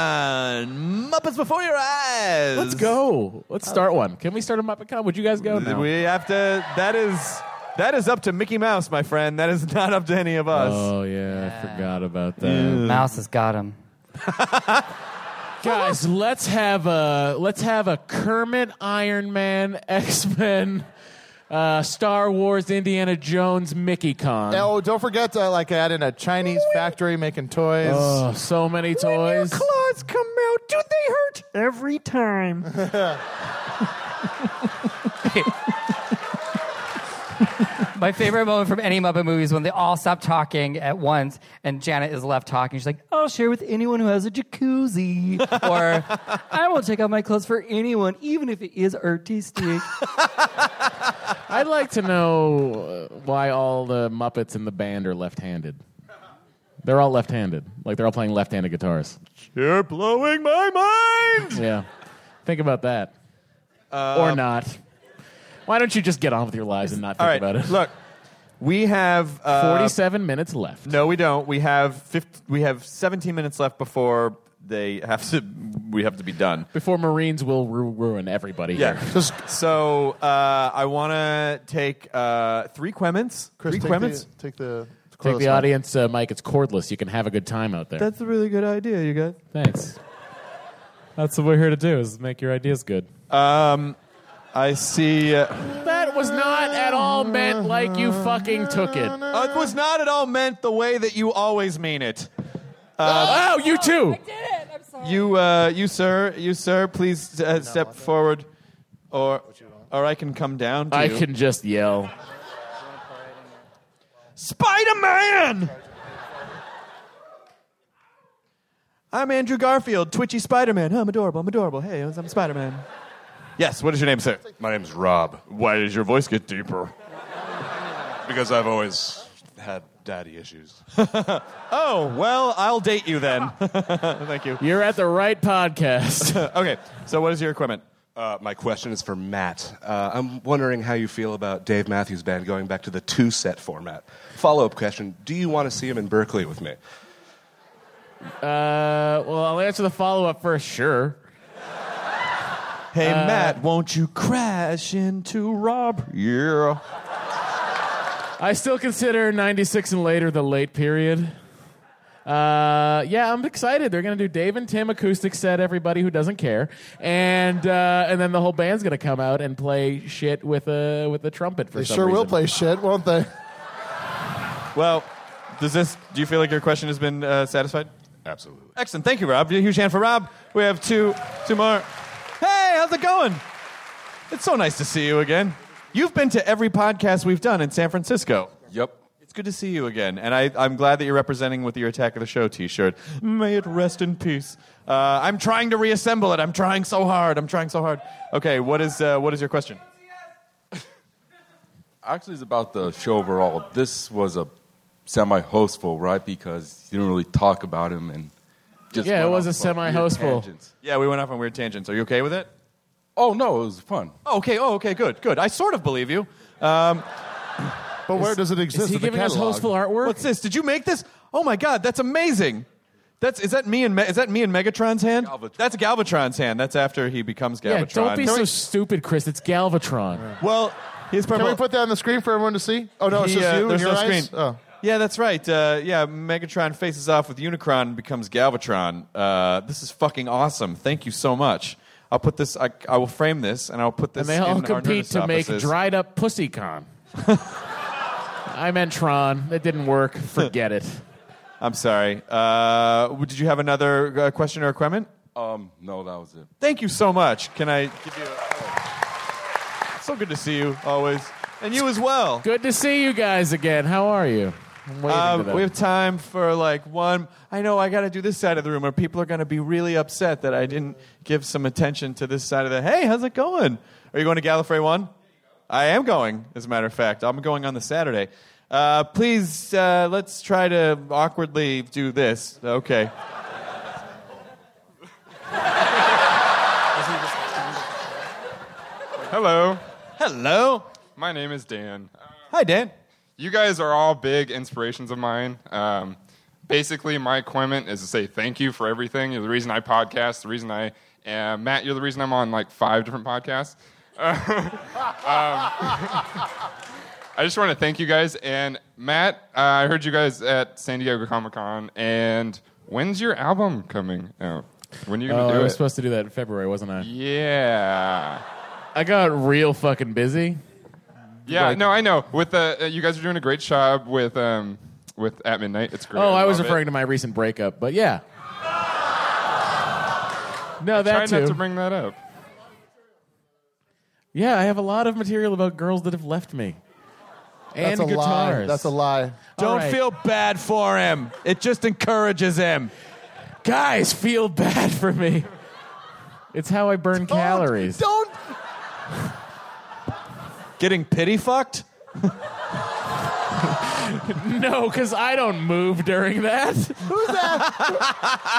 MuppetCon. Muppets before your eyes. Let's go. Let's start one. Can we start a Muppet Con? Would you guys go? No. We have to. That is that is up to Mickey Mouse, my friend. That is not up to any of us. Oh yeah, I forgot about that. Mouse has got him. Guys, let's have a let's have a Kermit, Iron Man, X Men, uh, Star Wars, Indiana Jones, Mickey Con. Oh, don't forget to like add in a Chinese factory making toys. Uh, Oh, so many toys. claws come out. Do they hurt? Every time. My favorite moment from any Muppet movie is when they all stop talking at once and Janet is left talking. She's like, I'll share with anyone who has a jacuzzi. or I won't take out my clothes for anyone, even if it is artistic. I'd like to know uh, why all the Muppets in the band are left-handed. They're all left-handed. Like they're all playing left-handed guitars. You're blowing my mind. Yeah. Think about that. Uh, or not. Why don't you just get on with your lives and not think All right, about it? look, we have uh, 47 minutes left. No, we don't. We have 50, we have 17 minutes left before they have to. We have to be done. Before Marines will ru- ruin everybody Yeah. here. so uh, I want to take uh, three quements. Chris, three take quements. the, take the Take cordless the one. audience, uh, Mike. It's cordless. You can have a good time out there. That's a really good idea, you guys. Thanks. That's what we're here to do: is make your ideas good. Um, I see. Uh, That was not at all meant like you fucking took it. uh, it was not at all meant the way that you always mean it. Uh, oh, you too. You, uh, you, sir, you, sir, please uh, step forward, or, or I can come down. To I you. can just yell. Spider Man! I'm Andrew Garfield, twitchy Spider Man. I'm adorable, I'm adorable. Hey, I'm Spider Man. Yes, what is your name, sir? My name's Rob. Why does your voice get deeper? Because I've always had daddy issues. Oh, well, I'll date you then. Thank you. You're at the right podcast. Uh, okay, so what is your equipment? Uh, my question is for Matt. Uh, I'm wondering how you feel about Dave Matthews Band going back to the two set format. Follow up question Do you want to see him in Berkeley with me? Uh, well, I'll answer the follow up first. Sure. Hey, Uh, Matt, won't you crash into Rob? Yeah. I still consider 96 and later the late period. Uh, yeah, I'm excited. They're going to do Dave and Tim acoustic set, everybody who doesn't care. And uh, and then the whole band's going to come out and play shit with a with a trumpet for They some sure will reason. play shit, won't they? Well, does this, do you feel like your question has been uh, satisfied? Absolutely. Excellent. Thank you, Rob. A huge hand for Rob. We have two, two more. Hey, how's it going? It's so nice to see you again. You've been to every podcast we've done in San Francisco. Yep. It's good to see you again, and I, I'm glad that you're representing with your Attack of the Show T-shirt. May it rest in peace. Uh, I'm trying to reassemble it. I'm trying so hard. I'm trying so hard. Okay, what is uh, what is your question? Actually, it's about the show overall. This was a semi hostful, right? Because you didn't really talk about him and just Yeah, it went was off a on weird semi-hostful. tangents. Yeah, we went off on weird tangents. Are you okay with it? Oh no, it was fun. Oh, okay. Oh, okay. Good. Good. I sort of believe you. Um, But where does it exist? in the catalog? artwork? What's this? Did you make this? Oh my God, that's amazing. That's is that me and Me- is that me and Megatron's hand? That's Galvatron's hand. That's after he becomes Galvatron. Yeah, don't be Can so we- stupid, Chris. It's Galvatron. well, he's Can purple. we put that on the screen for everyone to see? Oh no, it's He, just uh, you and there's your no eyes. screen. Oh. Yeah, that's right. Uh, yeah, Megatron faces off with Unicron and becomes Galvatron. Uh, this is fucking awesome. Thank you so much. I'll put this. I, I will frame this, and I'll put and this. they all in our compete Nerdist to make offices. dried up pussy con. I meant Tron. It didn't work. Forget it. I'm sorry. Uh, w- did you have another uh, question or requirement? Um, no, that was it. Thank you so much. Can I give you? A, so good to see you always, and you as well. Good to see you guys again. How are you? waiting Um, for them. we have time for like one. I know I got to do this side of the room, or people are going to be really upset that I didn't give some attention to this side of the. Hey, how's it going? Are you going to Gallifrey One? I am going, as a matter of fact. I'm going on the Saturday. Uh, please, uh, let's try to awkwardly do this. Okay. Hello. Hello. My name is Dan. Hi, Dan. You guys are all big inspirations of mine. Um, basically, my equipment is to say thank you for everything. You're the reason I podcast. The reason I uh, Matt, you're the reason I'm on like five different podcasts. Um, I just want to thank you guys. And Matt, uh, I heard you guys at San Diego Comic Con. And when's your album coming out? When are you gonna Oh, do I it? was supposed to do that in February, wasn't I? Yeah. I got real fucking busy. Yeah, Like- no, I know. With uh, you guys are doing a great job with um, with at midnight. It's great. oh, I, was love it. referring to my recent breakup, but yeah. no, Try that not too. to bring that up. yeah, I have a lot of material about girls that have left me. And That's a lie. guitars. That's a lie. Don't right. feel bad for him. It just encourages him. Guys, feel bad for me. It's how I burn calories. Don't. Getting pity fucked? no, because I don't move during that. Who's that?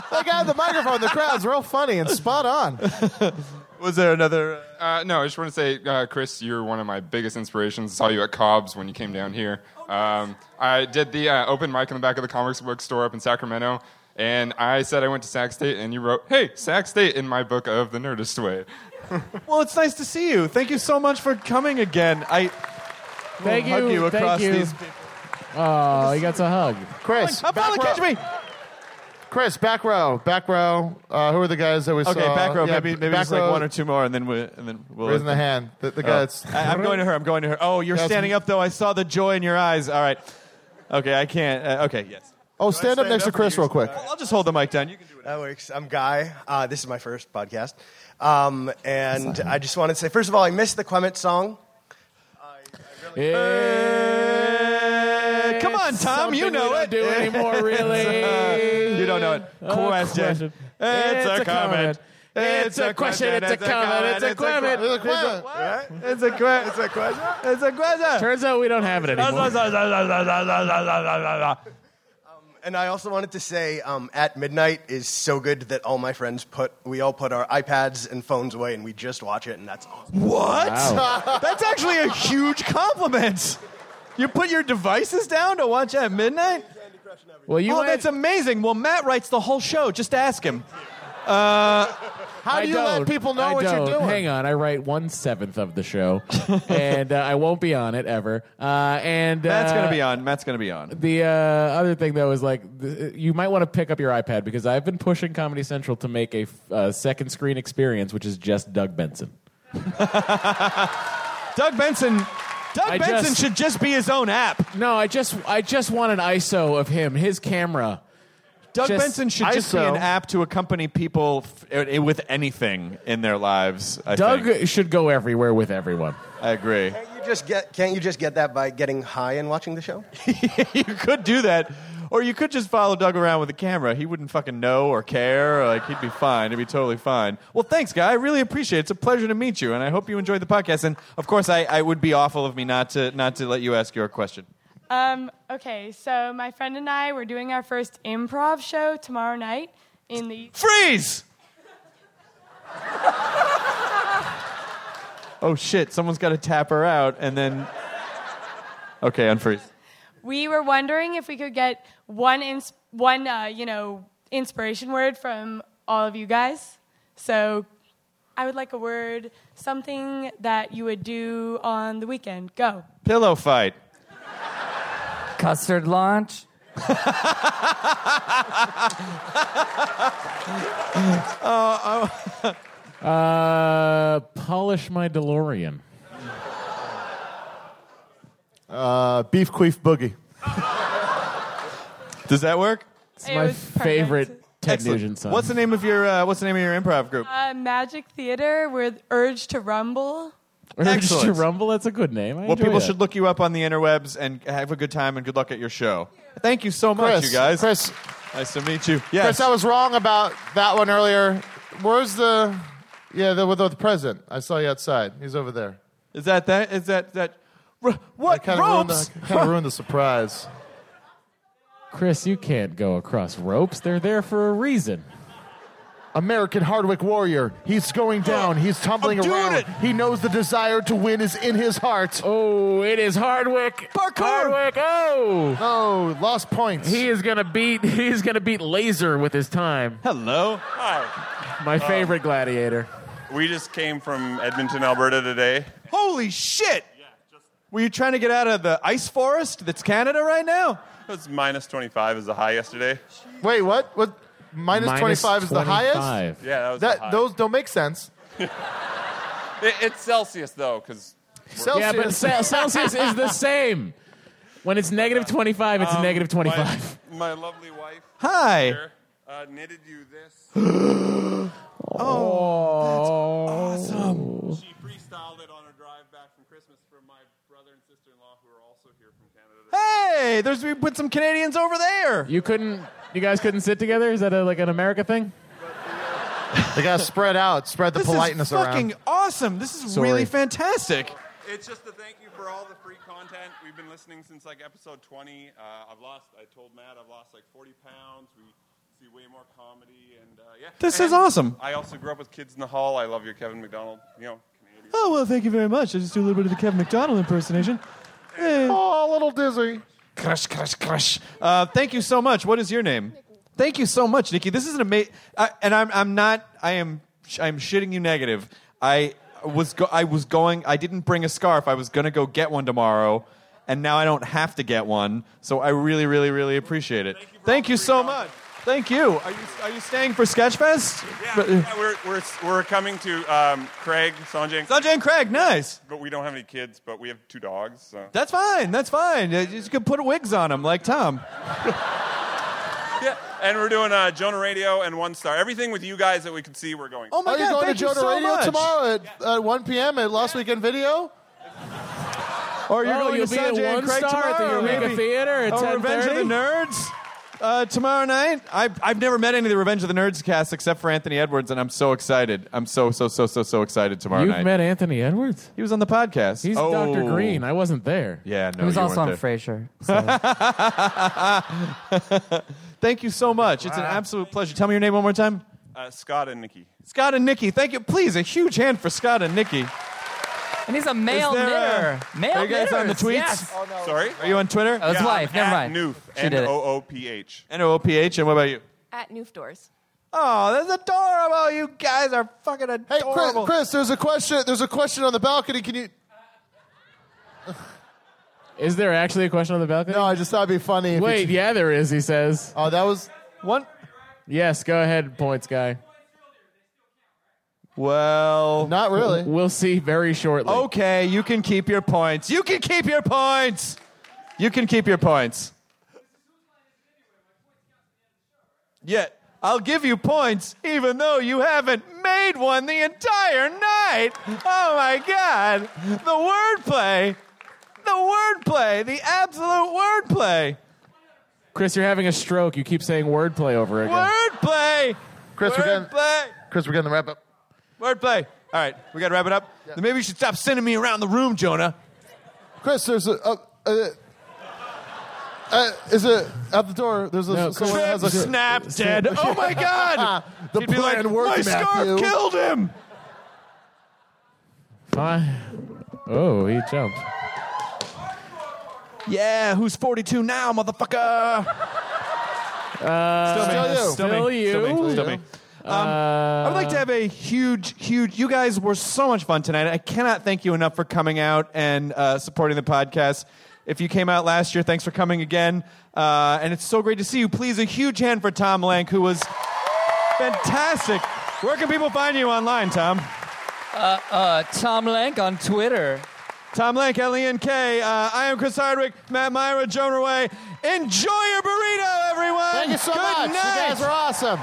that guy with the microphone. The crowd's real funny and spot on. Was there another? Uh, no, I just want to say, uh, Chris, you're one of my biggest inspirations. saw you at Cobb's when you came down here. Um, I did the uh, open mic in the back of the comics book store up in Sacramento, and I said I went to Sac State, and you wrote, "Hey, Sac State" in my book of the Nerdist way. Well, it's nice to see you. Thank you so much for coming again. I Thank will hug you, you thank across you. these. Oh, he got a hug. Chris, I'm back finally catch row. me. Chris, back row, back row. Uh, who are the guys that we Okay, saw? back row. Yeah, maybe maybe back just like row. one or two more, and then we and then we'll Raising the hand. The, the guy Oh. that's. I, am going to her. I'm going to her. Oh, you're That's- standing up though. I saw the joy in your eyes. All right. Okay, I can't. Uh, okay, yes. Oh, stand up next to Chris real quick. I'll just hold the mic down. You can do it. Uh, That works. I'm Guy. Uh, this is my first podcast. Um, and I just wanted to say, first of all, I missed the Clement song. Uh, come on, Tom. You something know we don't it. do anymore, really. It's, uh, you don't know it. Oh, question. question. It's, a, comment. It's a question. It's a comment. It's a comment. It's a It's a question. It's a question. It's a question. It's a question. Turns out we don't have it anymore. Um, and I also wanted to say, um, At Midnight is so good that all my friends put, we all put our iPads and phones away and we just watch it, and that's awesome. What? Wow. That's actually a huge compliment. You put your devices down to watch at midnight? Well, you oh, went- that's amazing. Well, Matt writes the whole show. Just ask him. Uh, I don't. I don't. Hang on, I write one seventh of the show, and uh, I won't be on it ever. Uh, and uh, Matt's gonna be on. Matt's gonna be on. The uh, other thing though is like th- you might want to pick up your iPad because I've been pushing Comedy Central to make a f- uh, second screen experience, which is just Doug Benson. Doug Benson. Doug I Benson just- should just be his own app. No, I just I just want an ISO of him, his camera. Doug Just Benson should just be ISO. an app to accompany people f- eh, with anything in their lives. I Doug think. should go everywhere with everyone. I agree. Can't you just get, can't you just get that by getting high and watching the show? you could do that, or you could just follow Doug around with a camera. He wouldn't fucking know or care. Like he'd be fine. He'd be totally fine. Well, thanks, guy. I really appreciate it. It's a pleasure to meet you, and I hope you enjoyed the podcast. And of course, I, I would be awful of me not to not to let you ask your question. Um, okay, so my friend and I, we're doing our first improv show tomorrow night in the. Freeze! Oh shit! Someone's got to tap her out, and then okay, unfreeze. We were wondering if we could get one, ins- one uh, you know, inspiration word from all of you guys. So I would like a word, something that you would do on the weekend. Go. Pillow fight. Custard launch. Uh, polish my DeLorean. Uh, beef queef boogie. Does that work? It's my favorite Ted Nugent song. What's the name of your uh, What's the name of your improv group? Uh, Magic Theater with Urge to Rumble. Urge to Excellent. Rumble. That's a good name. I well, enjoy people that. should look you up on the interwebs and have a good time and good luck at your show. Thank you so much, Chris, you guys. Chris. nice to meet you. Yes. Chris, I was wrong about that one earlier. Where's the? Yeah, the, with the president. I saw you outside. He's over there. Is that that? Is that that? r- What Kind of ruined, ropes? the- kinda ruined the surprise. Chris, you can't go across ropes. They're there for a reason. American Hardwick Warrior. He's going down. He's tumbling I'm doing around. it. He knows the desire to win is in his heart. Oh, it is Hardwick. Hardwick. Oh. Oh, lost points. He is gonna beat. He's gonna beat Laser with his time. Hello. Hi. My Oh. favorite gladiator. We just came from Edmonton, Alberta today. Holy shit! Were you trying to get out of the ice forest that's Canada right now? It was minus 25 is the high yesterday. Wait, what? What? Minus, Minus 25 is the 25. highest? Yeah, that was the highest. Those don't make sense. It, it's Celsius though, because Yeah, but Cel- Celsius is the same. When it's negative 25, it's negative 25. My, my lovely wife. Hi. here, Uh, knitted you this. oh, that's awesome. She freestyled it on her drive back from Christmas from my brother and sister-in-law who are also here from Canada. Hey, there's we put some Canadians over there. You couldn't. You guys couldn't sit together. Is that a, like an America thing? They got to spread out, spread the This politeness is fucking around. awesome. This is Sorry. really fantastic. It's just to thank you for all the free content. We've been listening since like episode 20. Uh, I've lost, I told Matt, I've lost like 40 pounds. We see way more comedy. And uh, yeah. This is And awesome. I also grew up with Kids in the Hall. I love your Kevin McDonald. You know, Oh, well, thank you very much. I just do a little bit of the Kevin McDonald impersonation. Oh, a little dizzy. Crush, crush, crush. Uh, thank you so much. What is your name? Thank you so much, Nikki. This is an amazing. Uh, and I'm I'm not. I am. sh- I'm shitting you negative. I was go- I was going. I didn't bring a scarf. I was gonna go get one tomorrow, and now I don't have to get one. So I really, really, really appreciate it. Thank you, so much. Thank you. Are you are you staying for Sketchfest? yeah, yeah, we're, we're, we're coming to um, Craig, Sanjay. and- Sanjay and Craig, nice. But we don't have any kids, but we have two dogs. So. That's fine. That's fine. You you can put wigs on them like Tom. yeah. And we're doing uh, Jonah Radio and One Star. Everything with you guys that we could see, we're going. Oh Are you going to Joe to Radio tomorrow at uh, 1 p.m. at Last Weekend Video? Or Oh, you'll be at One Star at the Eureka Theater at oh, Revenge of 10:30? the Nerds uh, tomorrow night. I've, I've never met any of the Revenge of the Nerds cast except for Anthony Edwards, and I'm so excited. I'm so so so so so excited tomorrow You've night. met Anthony Edwards. He was on the podcast. He's Oh. Dr. Green. I wasn't there. Yeah, no, He was Oh, you also weren't on there. Frasier, Thank you so much. It's an absolute pleasure. Tell me your name one more time. Uh, Scott and Nikki. Scott and Nikki. Thank you. Please, a huge hand for Scott and Nikki. and he's a male Is there, knitter. uh, male are you guys on the knitters, tweets? yes. Sorry? Are you on Twitter? Oh, his wife. Never at mind. Noof. She did it. N O O P H. N O O P H. And what about you? At Noof Doors. Oh, that's adorable. You guys are fucking Hey, adorable. Chris, Chris, there's a question. There's a question on the balcony. Can you? Is there actually a question on the balcony? No, I just thought it'd be funny. If Wait, yeah, there is. He says. Oh, that was one. Yes, go ahead, points guy. Well, not really. We'll see very shortly. Okay, you can keep your points. You can keep your points. You can keep your points. Yet, I'll give you points even though you haven't made one the entire night. Oh my God. The wordplay. The wordplay. The absolute wordplay. Chris, you're having a stroke. You keep saying wordplay over again. Wordplay. Chris, we're getting- wordplay. Chris, we're getting the wrap up. Wordplay. All right, we got to wrap it up. Then maybe you should stop sending me around the room, Jonah. Chris, there's a. Uh, uh, uh, is it at the door? There's a No, someone Chris- has a Trip, snap, dead. Oh my God! the He'd be plan like, worked. "My scarf Matthew." killed him!" Fine. Oh, he jumped. Yeah, who's 42 now, motherfucker? Uh, Still you. Still me. Still me. Still me. Um, I would like to have a huge, huge. You guys were so much fun tonight. I cannot thank you enough for coming out and uh, supporting the podcast. If you came out last year, thanks for coming again. Uh, and it's so great to see you. Please, a huge hand for Tom Lank, who was fantastic. Where can people find you online, Tom? Uh, uh, Tom Lank on Twitter. Tom Lank, L E N K. Uh, I am Chris Hardwick, Matt Myra, Joan Raway. Enjoy your burrito, everyone. Thank you so Good much. night. You guys are awesome.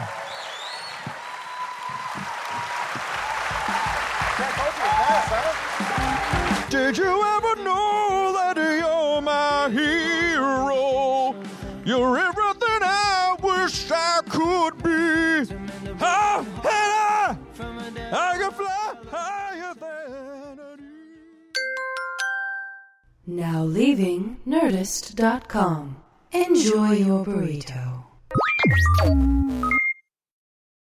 Did you ever know that you're my hero? You're everything I wish I could be. Ah, and I, I can fly higher than a Now leaving Nerdist.com. Enjoy your burrito.